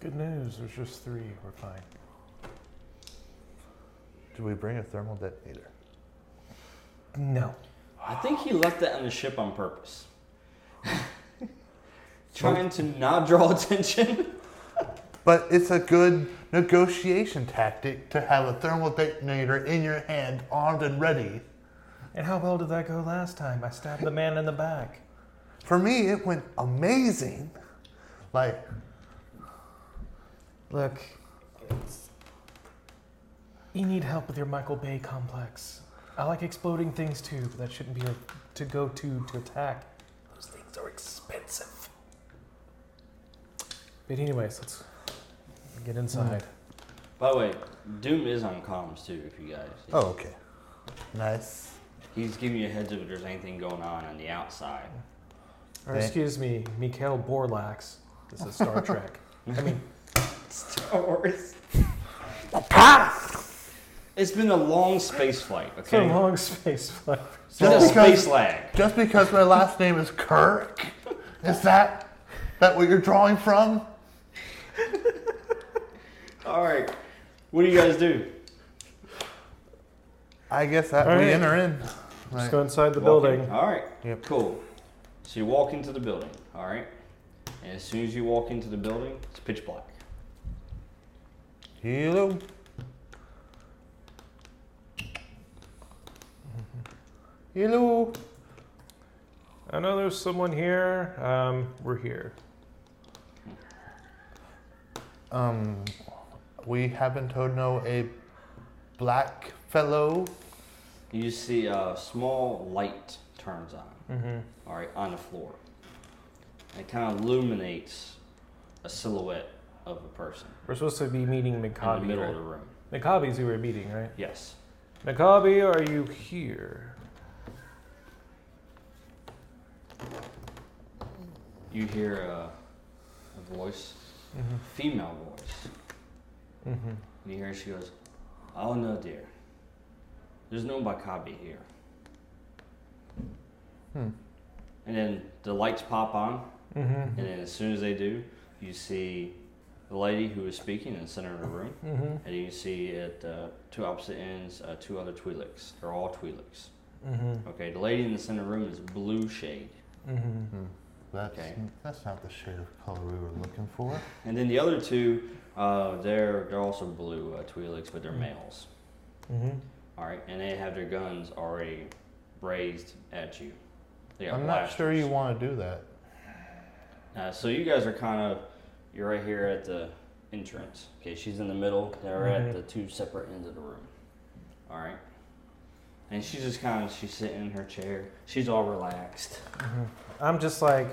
[SPEAKER 4] Good news. There's just three. We're fine.
[SPEAKER 2] Did we bring a thermal detonator?
[SPEAKER 4] No.
[SPEAKER 1] I think he left that on the ship on purpose. Trying to not draw attention.
[SPEAKER 2] But it's a good negotiation tactic to have a thermal detonator in your hand, armed and ready.
[SPEAKER 4] And how well did that go last time? I stabbed the man in the back.
[SPEAKER 2] For me, it went amazing. Like,
[SPEAKER 4] Look, it's- you need help with your Michael Bay complex. I like exploding things too, but that shouldn't be a to go to to attack. Those things are expensive. But anyways, let's get inside.
[SPEAKER 1] By the way, Doom is on comms too, if you guys.
[SPEAKER 2] oh, okay. Nice.
[SPEAKER 1] He's giving you a heads up if there's anything going on on the outside.
[SPEAKER 4] Or
[SPEAKER 2] Hey.
[SPEAKER 4] excuse me, Mikhail Borlax. This is Star Trek. I mean,
[SPEAKER 1] Star Wars. It's been a long space flight,
[SPEAKER 4] it's been
[SPEAKER 1] okay?
[SPEAKER 4] a long space flight.
[SPEAKER 1] It's a
[SPEAKER 2] Just
[SPEAKER 1] space
[SPEAKER 2] because,
[SPEAKER 1] lag.
[SPEAKER 2] just because my last name is Kirk, is that that what you're drawing from?
[SPEAKER 1] All right. What do you guys do?
[SPEAKER 2] I guess that
[SPEAKER 4] All
[SPEAKER 2] we
[SPEAKER 4] right.
[SPEAKER 2] enter in.
[SPEAKER 4] Let's
[SPEAKER 2] Right.
[SPEAKER 4] go inside the
[SPEAKER 1] Walk in.
[SPEAKER 4] building.
[SPEAKER 1] All right.
[SPEAKER 2] Yep.
[SPEAKER 1] Cool. So you walk into the building, all right? And as soon as you walk into the building, it's pitch black.
[SPEAKER 2] Hello. Hello.
[SPEAKER 3] I know there's someone here. Um, we're here.
[SPEAKER 2] Um, we happen to know a black fellow.
[SPEAKER 1] You see a small light turns on,
[SPEAKER 3] Mm-hmm.
[SPEAKER 1] all right, on the floor. And it kind of illuminates a silhouette of a person
[SPEAKER 3] We're supposed to be meeting
[SPEAKER 1] in the
[SPEAKER 3] Mikabi.
[SPEAKER 1] middle of the
[SPEAKER 3] Right?
[SPEAKER 1] room.
[SPEAKER 3] Mikabi's who we're meeting, right?
[SPEAKER 1] Yes.
[SPEAKER 3] Mikabi, are you here?
[SPEAKER 1] You hear a, a voice, Mm-hmm. female voice.
[SPEAKER 3] Mm-hmm.
[SPEAKER 1] And you hear she goes, Oh no, dear. There's no Bakabi here.
[SPEAKER 2] Hmm.
[SPEAKER 1] And then the lights pop on,
[SPEAKER 3] Mm-hmm.
[SPEAKER 1] and then as soon as they do, you see the lady who is speaking in the center of the room,
[SPEAKER 3] Mm-hmm.
[SPEAKER 1] and you see at uh, two opposite ends uh, two other Twi'leks. They're all Twi'leks.
[SPEAKER 3] Mm-hmm.
[SPEAKER 1] Okay, the lady in the center of the room is blue shade.
[SPEAKER 3] Mm-hmm.
[SPEAKER 2] Hmm, That's,
[SPEAKER 1] Okay.
[SPEAKER 2] that's not the shade of color we were looking for.
[SPEAKER 1] And then the other two, uh, they're, they're also blue uh, Twi'leks, but they're males.
[SPEAKER 3] Mm-hmm.
[SPEAKER 1] All right, and they have their guns already raised at you. They got
[SPEAKER 2] I'm not sure you
[SPEAKER 1] blasters.
[SPEAKER 2] want to do that.
[SPEAKER 1] Uh, so you guys are kind of you're right here at the entrance. Okay, she's in the middle. They're
[SPEAKER 3] Mhm.
[SPEAKER 1] at the two separate ends of the room. All right, and she's just kind of she's sitting in her chair. She's all relaxed.
[SPEAKER 3] Mm-hmm. I'm just like.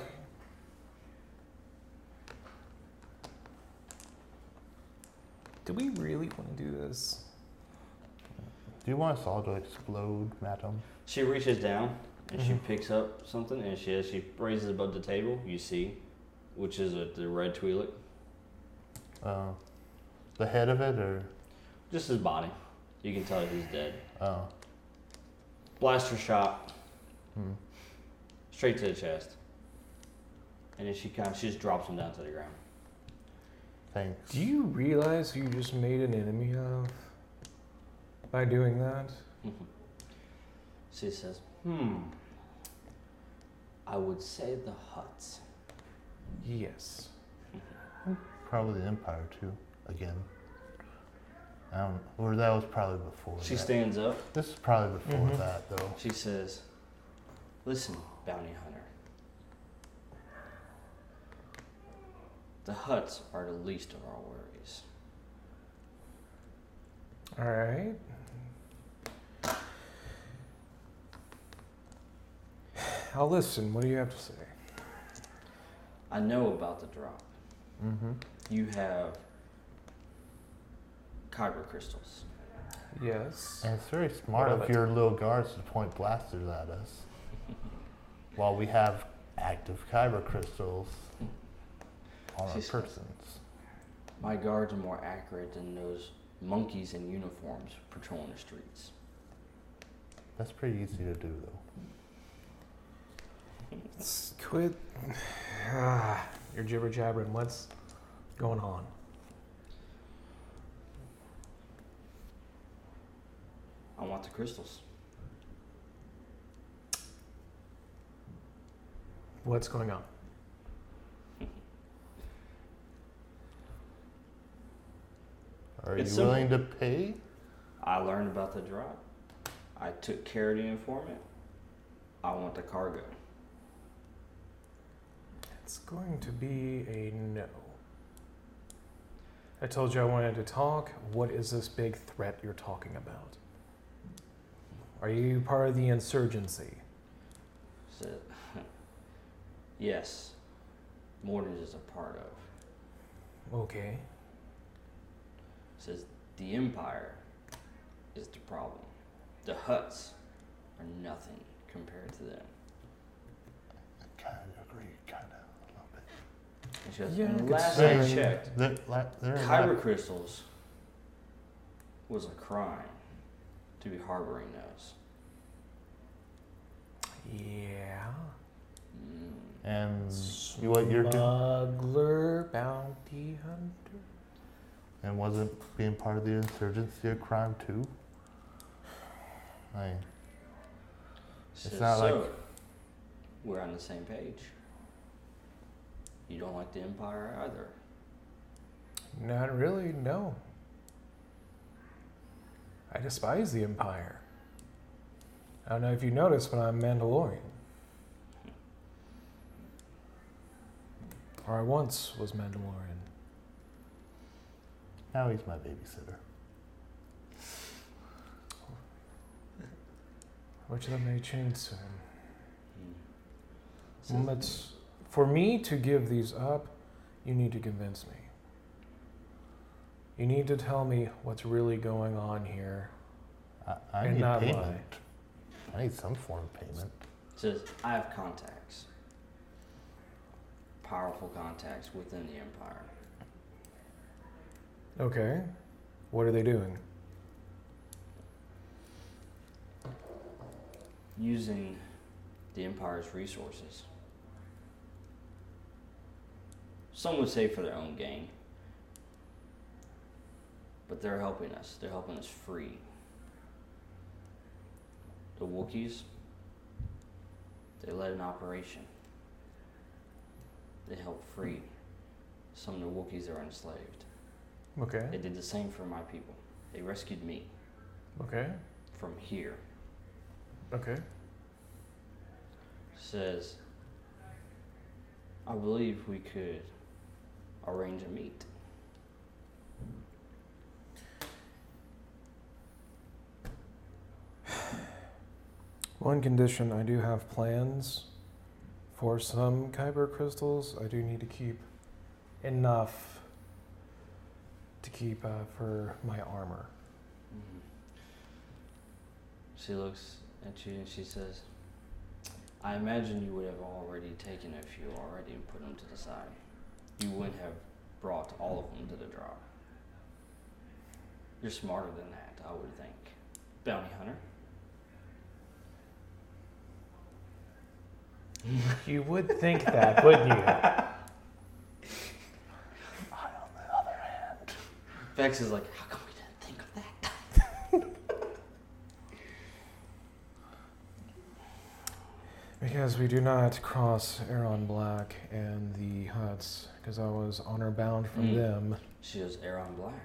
[SPEAKER 3] Do we really want to do this?
[SPEAKER 2] Do you want us all to explode, madam?
[SPEAKER 1] She reaches down and she
[SPEAKER 2] Mm-hmm.
[SPEAKER 3] Mhm.
[SPEAKER 1] picks up something and she as she raises above the table, you see, which is a, the red Twi'lek,
[SPEAKER 2] Uh, the head of it, or
[SPEAKER 1] just his body. You can tell he's dead.
[SPEAKER 2] oh,
[SPEAKER 1] Blaster shot.
[SPEAKER 2] hmm.
[SPEAKER 1] straight to the chest. And then she kind of, she just drops him down to the ground.
[SPEAKER 2] thanks.
[SPEAKER 3] Do you realize who you just made an enemy of by doing that?
[SPEAKER 1] She says, "Hmm, I would say the huts."
[SPEAKER 3] Yes.
[SPEAKER 2] Probably the Empire too, again. Um, or that was probably before.
[SPEAKER 1] She Mm-hmm.
[SPEAKER 2] that.
[SPEAKER 1] stands up.
[SPEAKER 2] This is probably before
[SPEAKER 4] Mhm.
[SPEAKER 2] that, though.
[SPEAKER 1] She says, "Listen, bounty hunter. The huts are the least of our worries.
[SPEAKER 3] All right. I'll listen. What do you have to say?
[SPEAKER 1] I know about the drop.
[SPEAKER 2] Mm-hmm.
[SPEAKER 1] You have kyber crystals.
[SPEAKER 3] Yes.
[SPEAKER 2] And it's very smart
[SPEAKER 3] What of
[SPEAKER 2] of
[SPEAKER 3] it?
[SPEAKER 2] your little guards to point blasters at us while we have active kyber crystals on our
[SPEAKER 1] She's-
[SPEAKER 2] persons.
[SPEAKER 1] My guards are more accurate than those monkeys in uniforms patrolling the streets.
[SPEAKER 2] That's pretty easy to do, though.
[SPEAKER 3] Let's quit. Ah, you're jibber jabbering. What's going on?
[SPEAKER 1] I want the crystals.
[SPEAKER 3] What's going on?
[SPEAKER 2] Are
[SPEAKER 1] It's
[SPEAKER 2] you
[SPEAKER 1] simple.
[SPEAKER 2] willing to pay?
[SPEAKER 1] I learned about the drop. I took care of the informant. I want the cargo.
[SPEAKER 3] It's going to be a no. I told you I wanted to talk. What is this big threat you're talking about? Are you part of the insurgency?
[SPEAKER 1] Said, yes, Morton is a part of.
[SPEAKER 3] Okay.
[SPEAKER 1] Says the Empire is the problem. The Huts are nothing compared to them.
[SPEAKER 2] I kind of agree, kind of,
[SPEAKER 1] And she goes,
[SPEAKER 3] Yeah, I
[SPEAKER 1] and
[SPEAKER 3] could
[SPEAKER 1] last I
[SPEAKER 2] say-
[SPEAKER 1] checked,
[SPEAKER 2] a little bit. They're, la- they're in
[SPEAKER 1] Kyber
[SPEAKER 2] that-
[SPEAKER 1] crystals was a crime to be harboring those.
[SPEAKER 3] Yeah.
[SPEAKER 1] Mm.
[SPEAKER 2] and you- what you're doing,
[SPEAKER 3] Smuggler, bounty hunter.
[SPEAKER 2] and wasn't being part of the insurgency a crime too? Like,
[SPEAKER 1] Says,
[SPEAKER 2] not like-
[SPEAKER 1] so, we're on the same page. You don't like the Empire either.
[SPEAKER 3] Not really, no. I despise the Empire. I don't know if you noticed, but I'm Mandalorian. Or I once was Mandalorian.
[SPEAKER 2] now he's my babysitter.
[SPEAKER 3] Which that may change soon.
[SPEAKER 1] Mm. Says,
[SPEAKER 3] Let's, for me to give these up, you need to convince me. You need to tell me what's really going on here.
[SPEAKER 2] I, I
[SPEAKER 3] And
[SPEAKER 2] need
[SPEAKER 3] not
[SPEAKER 2] payment.
[SPEAKER 3] lie.
[SPEAKER 2] I need some form of payment.
[SPEAKER 1] says, I have contacts. Powerful contacts within the Empire.
[SPEAKER 3] Okay. What are they doing?
[SPEAKER 1] Using the Empire's resources. Some would say for their own gain. But they're helping us. They're helping us free. The Wookiees, they led an operation. They helped free some of the Wookiees that were enslaved.
[SPEAKER 3] Okay.
[SPEAKER 1] They did the same for my people. They rescued me
[SPEAKER 3] Okay.
[SPEAKER 1] from here.
[SPEAKER 3] Okay.
[SPEAKER 1] Says, I believe we could arrange a meet.
[SPEAKER 3] One condition I do have plans for some Kyber crystals. I do need to keep enough to keep uh, for my armor.
[SPEAKER 1] She looks at you and she says, I imagine you would have already taken a few already and put them to the side. You wouldn't have brought all of them to the drop. You're smarter than that, I would think. Bounty hunter.
[SPEAKER 3] You would think that, wouldn't you?
[SPEAKER 1] Vex is like, how come we didn't think of that?
[SPEAKER 3] Because we do not cross Aaron Black and the Huts, because I was honor bound from
[SPEAKER 1] Mm.
[SPEAKER 3] them.
[SPEAKER 1] She goes, Aaron Black.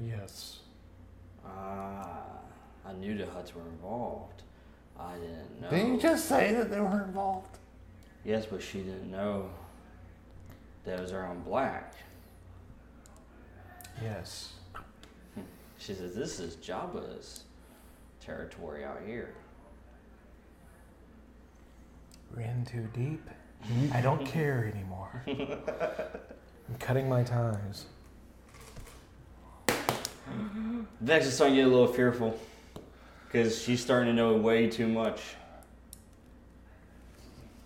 [SPEAKER 3] Yes.
[SPEAKER 1] Ah, I knew the Huts were involved. I didn't know.
[SPEAKER 2] Didn't you just say that they were involved?
[SPEAKER 1] Yes, but she didn't know that it was Aaron Black.
[SPEAKER 3] Yes.
[SPEAKER 1] She says, This is Jabba's territory out here.
[SPEAKER 3] We're in too deep. I don't care anymore. I'm cutting my ties.
[SPEAKER 1] Vex is starting to get a little fearful because she's starting to know way too much.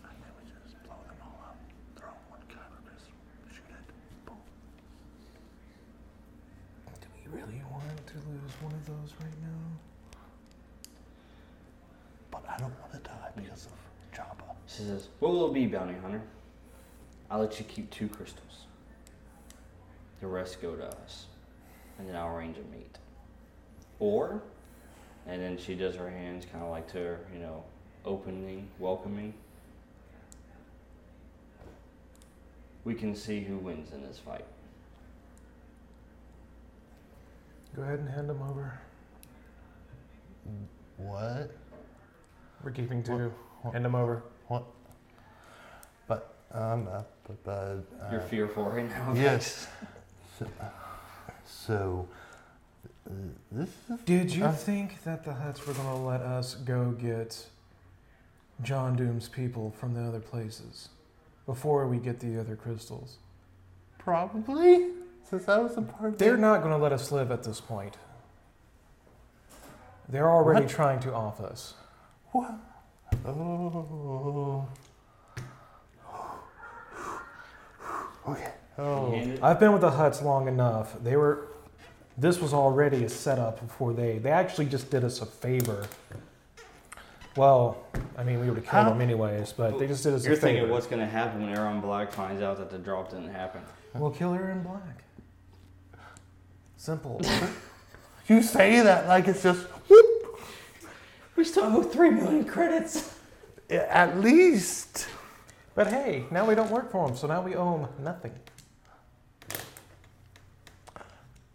[SPEAKER 2] I think we should just blow them all up. Throw one kyber crystal. Shoot it. Boom.
[SPEAKER 3] Do we really want to lose one of those right now?
[SPEAKER 2] But I don't want to die because of Jabba.
[SPEAKER 1] She says, What will it be, bounty hunter? I'll let you keep two crystals. The rest go to us. And then I'll arrange a meet. Or, and then she does her hands kind of like to her, you know, opening, welcoming. We can see who wins in this fight.
[SPEAKER 3] Go ahead and hand them over.
[SPEAKER 2] What?
[SPEAKER 3] We're keeping
[SPEAKER 2] What-
[SPEAKER 3] two.
[SPEAKER 2] what-
[SPEAKER 3] Hand them over.
[SPEAKER 2] But I'm not. But, but, uh,
[SPEAKER 1] You're fearful right now.
[SPEAKER 2] Yes. So, so uh, this is
[SPEAKER 3] Did you
[SPEAKER 2] Uh,
[SPEAKER 3] think that the Huts were gonna let us go get John Doom's people from the other places before we get the other crystals?
[SPEAKER 2] probably since I was a part. of
[SPEAKER 3] They're
[SPEAKER 2] it.
[SPEAKER 3] not gonna let us live at this point. They're already
[SPEAKER 2] What?
[SPEAKER 3] trying to off us.
[SPEAKER 2] What? Oh. Okay.
[SPEAKER 1] You
[SPEAKER 2] Oh.
[SPEAKER 1] hand it-
[SPEAKER 3] I've been with the Huts long enough. They were. This was already a setup before they. They actually just did us a favor. Well, I mean, we would have killed
[SPEAKER 2] How-
[SPEAKER 3] them anyways, but they just did us
[SPEAKER 1] You're
[SPEAKER 3] a favor.
[SPEAKER 1] thinking what's going to happen when Aaron Black finds out that the drop didn't happen.
[SPEAKER 3] We'll kill her in black. Simple.
[SPEAKER 2] You say that like it's just
[SPEAKER 1] We still owe 3 million credits.
[SPEAKER 2] at least.
[SPEAKER 3] but hey, now we don't work for them, so now we owe them nothing.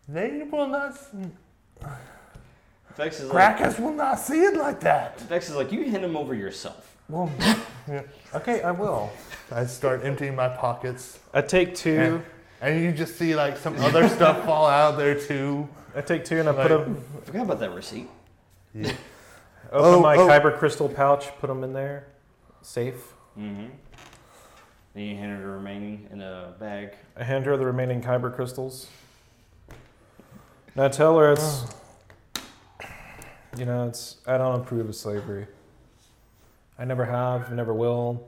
[SPEAKER 2] They will not. s-
[SPEAKER 1] Vex is like,
[SPEAKER 2] Crackers will not see it like that.
[SPEAKER 1] Vex is like, you hand him over yourself.
[SPEAKER 3] Well,
[SPEAKER 2] Yeah.
[SPEAKER 3] okay, I will.
[SPEAKER 2] I start emptying my pockets,
[SPEAKER 3] I take two.
[SPEAKER 2] and you just see like some other stuff fall out there too.
[SPEAKER 3] I take two, and I
[SPEAKER 2] Like-
[SPEAKER 3] put them.
[SPEAKER 1] I forgot about that receipt.
[SPEAKER 3] Open
[SPEAKER 2] Oh,
[SPEAKER 3] my
[SPEAKER 2] oh.
[SPEAKER 3] kyber crystal pouch. Put them in there. Safe.
[SPEAKER 1] Mm-hmm. Then you handed her remaining in a bag.
[SPEAKER 3] I hand her the remaining kyber crystals. And I tell her it's, you know, it's I don't approve of slavery. I never have, never will.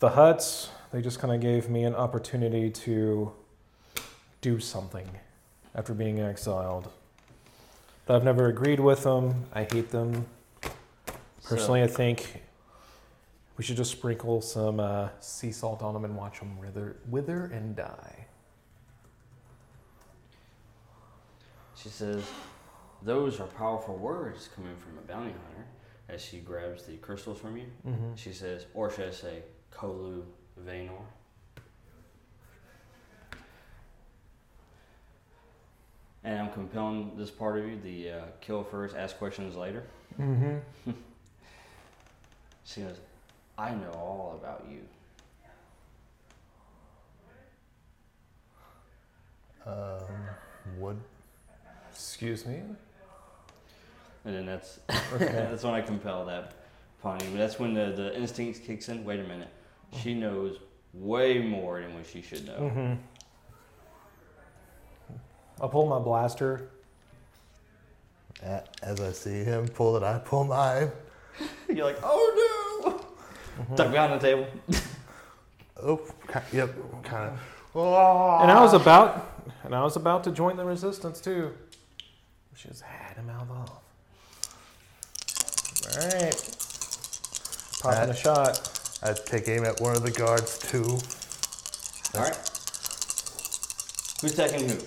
[SPEAKER 3] The huts, they just kind of gave me an opportunity to do something after being exiled. But I've never agreed with them. I hate them.
[SPEAKER 1] So-
[SPEAKER 3] Personally, I think we should just sprinkle some uh, sea salt on them and watch them wither, wither and die.
[SPEAKER 1] she says, "Those are powerful words coming from a bounty hunter." As she grabs the crystals from you,
[SPEAKER 3] Mm-hmm.
[SPEAKER 1] she says, "Or should I say, Kolu Vaynor?" And I'm compelling this part of you: the uh, kill first, ask questions later.
[SPEAKER 3] Mm-hmm.
[SPEAKER 1] She goes, I know all about you.
[SPEAKER 2] Um, wood.
[SPEAKER 3] Excuse me.
[SPEAKER 1] And then that's
[SPEAKER 3] Okay.
[SPEAKER 1] that's when I compel that upon you. But that's when the, the instinct kicks in. Wait a minute. She knows way more than what she should know.
[SPEAKER 3] mm-hmm. I pull my blaster.
[SPEAKER 2] A- As I see him pull it, I pull mine.
[SPEAKER 1] You're like, oh no! Duck behind the table.
[SPEAKER 2] Oh, ki- yep, kind of. Oh.
[SPEAKER 3] And I was about, and I was about to join the resistance too. She just had a mouth off. All right. Popping a
[SPEAKER 2] That-
[SPEAKER 3] shot.
[SPEAKER 2] I take aim at one of the guards too.
[SPEAKER 1] All right. Who's attacking who?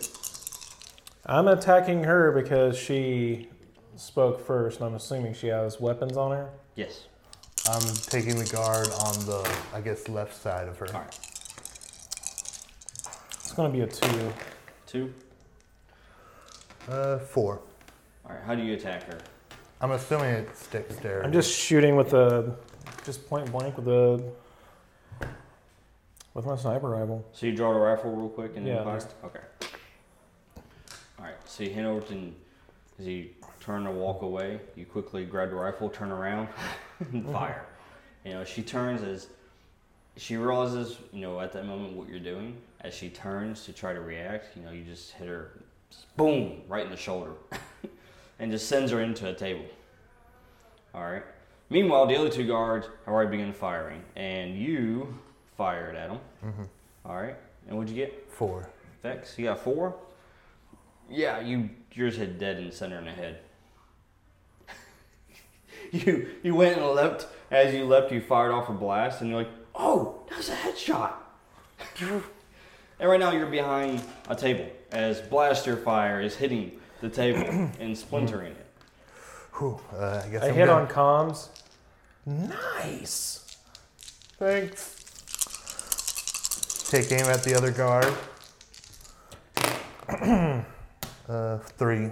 [SPEAKER 3] I'm attacking her because she spoke first, and I'm assuming she has weapons on her.
[SPEAKER 1] Yes.
[SPEAKER 2] I'm taking the guard on the, I guess, left side of her.
[SPEAKER 1] All right.
[SPEAKER 3] It's gonna be a two.
[SPEAKER 1] Two.
[SPEAKER 2] Uh, four.
[SPEAKER 1] All right. How do you attack her?
[SPEAKER 2] I'm assuming it sticks there.
[SPEAKER 3] I'm just shooting with the, just point blank with the, with my sniper rifle.
[SPEAKER 1] So you draw the rifle real quick and then
[SPEAKER 3] Yeah,
[SPEAKER 1] fire? Okay. All right. So you hand over to, as you turn to walk away, you quickly grab the rifle, turn around, and fire. You know, she turns as she realizes, you know, at that moment what you're doing. As she turns to try to react, you know, you just hit her Just boom, right in the shoulder, and just sends her into a table. All right. Meanwhile, the other two guards have already begun firing, and you fired at them. All right. And what'd you get?
[SPEAKER 2] Four.
[SPEAKER 1] Vex, you got four. Yeah, you yours hit dead in the center in the head. you you went and leapt. As you leapt, you fired off a blast, and you're like, "Oh, that was a headshot!" and right now, you're behind a table as blaster fire is hitting the table and splintering it.
[SPEAKER 2] Whew, uh, I guess
[SPEAKER 3] I
[SPEAKER 2] am
[SPEAKER 3] hit
[SPEAKER 2] good.
[SPEAKER 3] on comms.
[SPEAKER 4] Nice.
[SPEAKER 2] Thanks. Take aim at the other guard. uh, three.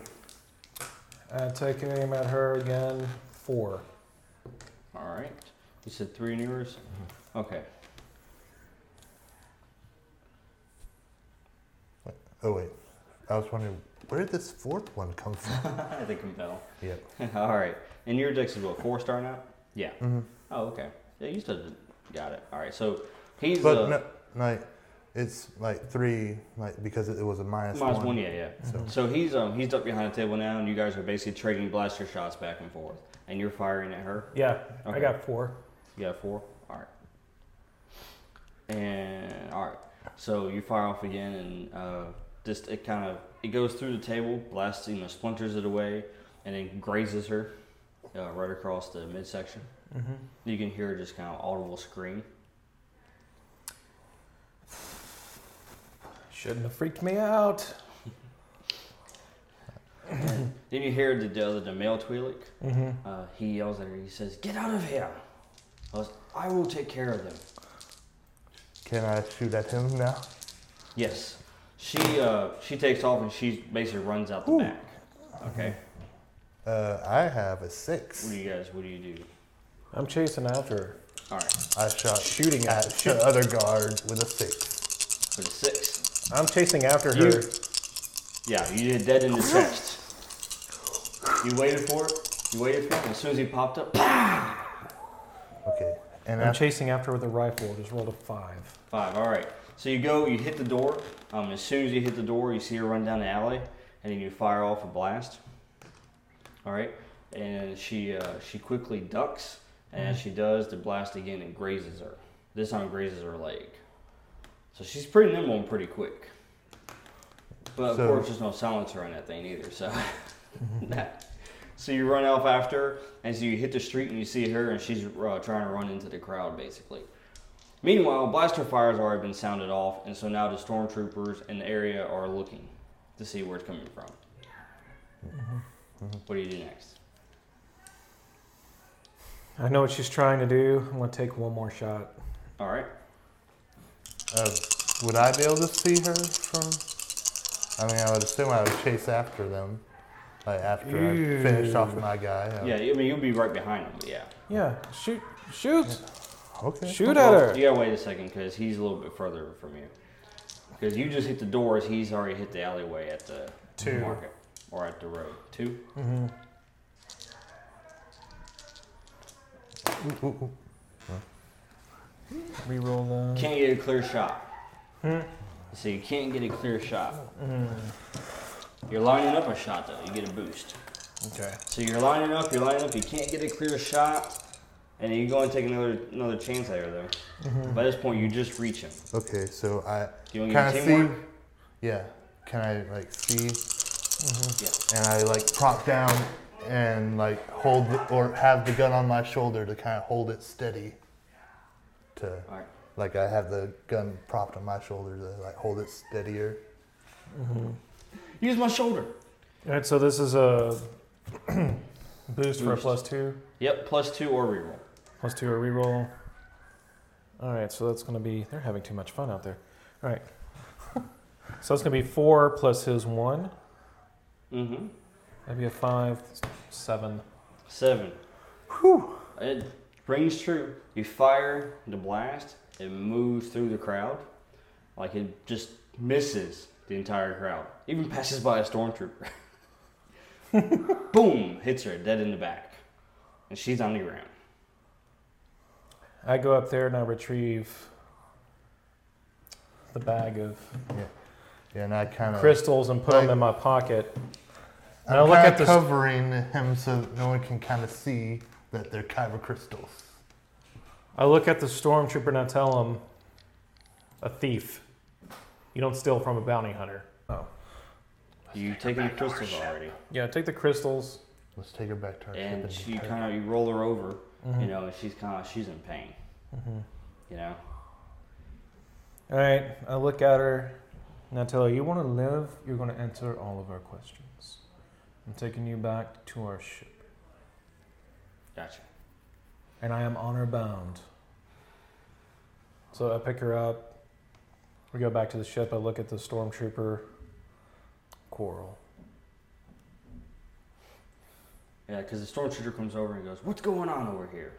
[SPEAKER 3] Uh, taking aim at her again. Four.
[SPEAKER 1] All right. You said three in yours? Okay.
[SPEAKER 2] Oh wait, I was wondering where did this fourth one come from?
[SPEAKER 1] I think I'm done.
[SPEAKER 2] yep.
[SPEAKER 1] All right. And your dex is what, four star now? Yeah.
[SPEAKER 2] hmm
[SPEAKER 3] Mm-hmm.
[SPEAKER 1] Oh, okay. Yeah, you still got it. All right. So he's
[SPEAKER 2] But
[SPEAKER 1] uh,
[SPEAKER 2] no, like it's like three, like because it, it was a minus,
[SPEAKER 1] minus
[SPEAKER 2] one.
[SPEAKER 1] one. Yeah, yeah.
[SPEAKER 2] So
[SPEAKER 1] So he's um he's up behind the table now, and you guys are basically trading blaster shots back and forth, and you're firing at her.
[SPEAKER 3] Yeah,
[SPEAKER 1] Okay.
[SPEAKER 3] I got four.
[SPEAKER 1] You got four. All right. And all right. So you fire off again, and uh, just it kind of it goes through the table, blasts you know splinters it away, and then grazes her uh, right across the midsection.
[SPEAKER 3] Mm-hmm.
[SPEAKER 1] You can hear just kind of audible scream.
[SPEAKER 3] Shouldn't have freaked me out.
[SPEAKER 1] Then you hear the, the other the male Twi'lek.
[SPEAKER 3] Mm-hmm.
[SPEAKER 1] Uh, he yells at her. He says, "Get out of here!" I, was, I will take care of them.
[SPEAKER 2] can I shoot at him now?
[SPEAKER 1] Yes. She uh, she takes off and she basically runs out the
[SPEAKER 2] Ooh.
[SPEAKER 1] back. Okay.
[SPEAKER 2] Uh, I have a six.
[SPEAKER 1] What do you guys? What do you do?
[SPEAKER 3] I'm chasing after her.
[SPEAKER 1] All right.
[SPEAKER 2] I shot
[SPEAKER 3] Shooting
[SPEAKER 2] at
[SPEAKER 3] at- shoot.
[SPEAKER 2] the other guard with a six.
[SPEAKER 1] For the six.
[SPEAKER 3] I'm chasing after
[SPEAKER 1] You-
[SPEAKER 3] her.
[SPEAKER 1] Yeah, you did dead in the chest. You waited for it. You waited for it. And as soon as he popped up,
[SPEAKER 2] Okay, and
[SPEAKER 3] I'm
[SPEAKER 2] after,
[SPEAKER 3] chasing after her with a rifle. Just rolled a five.
[SPEAKER 1] five. All right. So you go. You hit the door. Um, as soon as you hit the door, you see her run down the alley, and then you fire off a blast. All right. And she uh, she quickly ducks, and as she does, the blast again and grazes her. This time it grazes her leg. So she's pretty nimble and pretty quick. But of
[SPEAKER 2] So-
[SPEAKER 1] course, there's no silencer on that thing either. So. So you run off after her, and so you hit the street and you see her, and she's uh, trying to run into the crowd, basically. Meanwhile, blaster fire has already been sounded off, and so now the stormtroopers in the area are looking to see where it's coming from. What do you do next?
[SPEAKER 3] I know what she's trying to do. I'm gonna take one more shot.
[SPEAKER 1] All right.
[SPEAKER 2] uh, would I be able to see her from? I mean, I would assume I would chase after them, like after I finish off
[SPEAKER 3] Ew.
[SPEAKER 2] my guy. I would-
[SPEAKER 1] Yeah, I mean you'll be right behind him, but yeah.
[SPEAKER 3] Yeah, shoot, shoot,
[SPEAKER 2] Okay.
[SPEAKER 3] shoot at her.
[SPEAKER 1] You gotta wait a second because he's a little bit further from you. Because you just hit the doors, he's already hit the alleyway at the
[SPEAKER 3] Two.
[SPEAKER 1] market or at the road. Two.
[SPEAKER 3] Mm-hmm.
[SPEAKER 2] Ooh, ooh, ooh.
[SPEAKER 3] Reroll the.
[SPEAKER 1] Can't get a clear shot.
[SPEAKER 3] Hmm.
[SPEAKER 1] So you can't get a clear shot. You're lining up a shot though. You get a boost.
[SPEAKER 3] Okay.
[SPEAKER 1] So you're lining up. You're lining up. You can't get a clear shot, and then you go and take another another chance at her though.
[SPEAKER 3] Mm-hmm.
[SPEAKER 1] By this point, you just reach him.
[SPEAKER 2] Okay, so I
[SPEAKER 1] Do you
[SPEAKER 2] can
[SPEAKER 1] want
[SPEAKER 2] I
[SPEAKER 1] to give
[SPEAKER 2] see?
[SPEAKER 1] me teamwork?
[SPEAKER 2] Yeah. Can I like see?
[SPEAKER 1] Mm-hmm. Yeah.
[SPEAKER 2] And I like prop down and like hold the, or have the gun on my shoulder to kind of hold it steady. To
[SPEAKER 1] All right.
[SPEAKER 2] like I have the gun propped on my shoulder to like hold it steadier.
[SPEAKER 1] Use my shoulder.
[SPEAKER 3] All right, so this is a boost for a
[SPEAKER 1] Boost.
[SPEAKER 3] plus two,
[SPEAKER 1] Yep. Plus two or reroll.
[SPEAKER 3] plus two a reroll. All right, so that's gonna be. They're having too much fun out there. All right. So it's gonna be four plus his one.
[SPEAKER 1] Mm-hmm.
[SPEAKER 3] That'd be a five, seven.
[SPEAKER 1] Seven. Whew. It rings true. You fire the blast, it moves through the crowd. Like it just misses the entire crowd. Even passes by a stormtrooper. Boom! Hits her dead in the back. And she's on the ground.
[SPEAKER 3] I go up there and I retrieve the bag of
[SPEAKER 2] and I kind of
[SPEAKER 3] crystals and put them
[SPEAKER 2] Like-
[SPEAKER 3] in my pocket.
[SPEAKER 2] I'm
[SPEAKER 3] Now look
[SPEAKER 2] kinda
[SPEAKER 3] at this-
[SPEAKER 2] covering him so that no one can kind of see that they're kyber crystals.
[SPEAKER 3] I look at the stormtrooper and I tell him, "A thief. You don't steal from a bounty hunter."
[SPEAKER 1] You taken the crystals already,
[SPEAKER 3] Yeah, take the crystals.
[SPEAKER 2] Let's take her back to our ship Mm.
[SPEAKER 1] and
[SPEAKER 2] and
[SPEAKER 1] she
[SPEAKER 2] take her-
[SPEAKER 1] kind of you roll her over.
[SPEAKER 3] Mhm.
[SPEAKER 1] You know, and she's kind of she's in pain.
[SPEAKER 3] mm-hmm.
[SPEAKER 1] You know,
[SPEAKER 3] All right, I look at her and I tell her, You want to live? You're going to answer all of our questions. I'm taking you back to our ship.
[SPEAKER 1] gotcha.
[SPEAKER 3] And I am honor bound. So I pick her up. We go back to the ship. I look at the stormtrooper quarrel.
[SPEAKER 1] Yeah, because the stormtrooper comes over and goes, "What's going on over here?"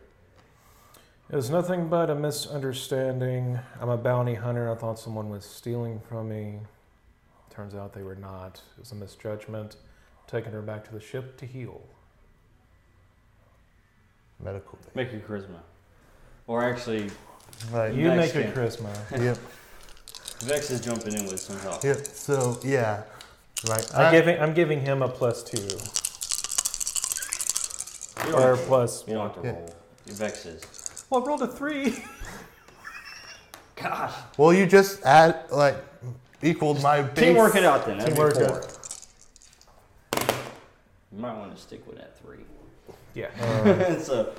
[SPEAKER 3] It was nothing but a misunderstanding. I'm a bounty hunter. I thought someone was stealing from me. Turns out they were not. It was a misjudgment. Taking her back to the ship to heal.
[SPEAKER 2] medical. Thing.
[SPEAKER 1] Make your charisma, or actually,
[SPEAKER 2] Right.
[SPEAKER 3] You
[SPEAKER 1] Nice
[SPEAKER 3] make
[SPEAKER 1] game.
[SPEAKER 3] it charisma.
[SPEAKER 2] yep.
[SPEAKER 1] Vex is jumping in with some help.
[SPEAKER 2] Yep. So yeah. Right.
[SPEAKER 3] I give it- I'm giving him a plus two
[SPEAKER 1] You don't
[SPEAKER 3] or
[SPEAKER 1] have to,
[SPEAKER 3] plus.
[SPEAKER 1] you don't have to
[SPEAKER 2] Yeah.
[SPEAKER 1] roll. Vex is.
[SPEAKER 3] Well, I rolled a three.
[SPEAKER 1] Gosh,
[SPEAKER 2] Well, you just add like equaled my base.
[SPEAKER 1] teamwork it out then. That'd be
[SPEAKER 3] Teamwork it
[SPEAKER 1] four.
[SPEAKER 3] out.
[SPEAKER 1] You might want to stick with that three.
[SPEAKER 3] Yeah.
[SPEAKER 1] so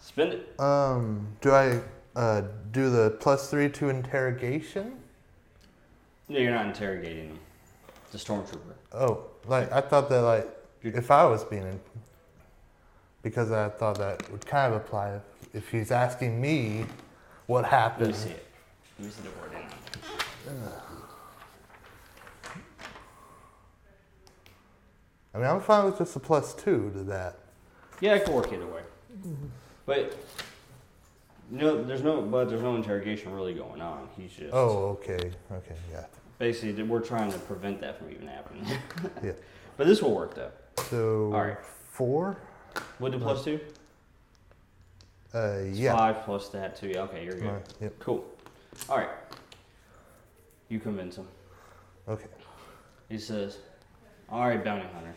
[SPEAKER 1] spend it.
[SPEAKER 2] Um. Do I uh, do the plus three to interrogation?
[SPEAKER 1] No, you're not interrogating them. The stormtrooper.
[SPEAKER 2] Oh, like I thought that like
[SPEAKER 1] You're-
[SPEAKER 2] if I was being in, because I thought that would kind of apply if, if he's asking me
[SPEAKER 1] Let
[SPEAKER 2] what
[SPEAKER 1] me
[SPEAKER 2] happened.
[SPEAKER 1] see it. Let me see the word in it.
[SPEAKER 2] I mean, I'm fine with just a plus two to that.
[SPEAKER 1] Yeah, it could work either way.
[SPEAKER 2] Mm-hmm.
[SPEAKER 1] But no, there's no, but there's no interrogation really going on. He's just
[SPEAKER 2] Oh, okay, okay, yeah.
[SPEAKER 1] basically th- we're trying to prevent that from even happening.
[SPEAKER 2] Yeah.
[SPEAKER 1] But this will work though.
[SPEAKER 2] So
[SPEAKER 1] Alright.
[SPEAKER 2] four.
[SPEAKER 1] Would the plus two?
[SPEAKER 2] Uh,
[SPEAKER 1] It's
[SPEAKER 2] yeah.
[SPEAKER 1] Five plus that two. Yeah, Okay, you're good.
[SPEAKER 2] Alright, Yep.
[SPEAKER 1] Cool. All right. You convince him.
[SPEAKER 2] Okay.
[SPEAKER 1] He says, "All right, bounty hunter,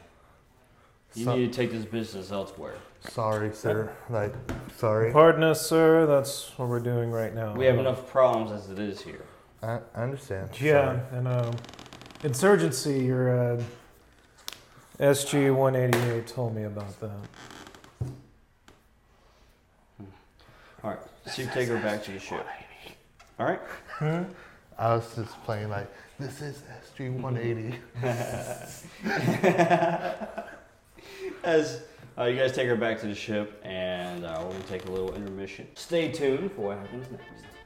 [SPEAKER 1] you
[SPEAKER 2] So-
[SPEAKER 1] need to take this business elsewhere.
[SPEAKER 2] Sorry, sir. Like, sorry.
[SPEAKER 3] Pardon us, sir. That's what we're doing right now.
[SPEAKER 1] We have
[SPEAKER 2] Uh-huh.
[SPEAKER 1] enough problems as it is here."
[SPEAKER 2] I, I understand.
[SPEAKER 3] Yeah, and um, insurgency. Your uh, SG one eighty eight told me about that.
[SPEAKER 1] All right, so you take her back to the ship. All right.
[SPEAKER 2] Sorry. I was just playing like this is SG 180.
[SPEAKER 1] As uh, you guys take her back to the ship, and uh, we're gonna take a little intermission. Stay tuned for what happens next.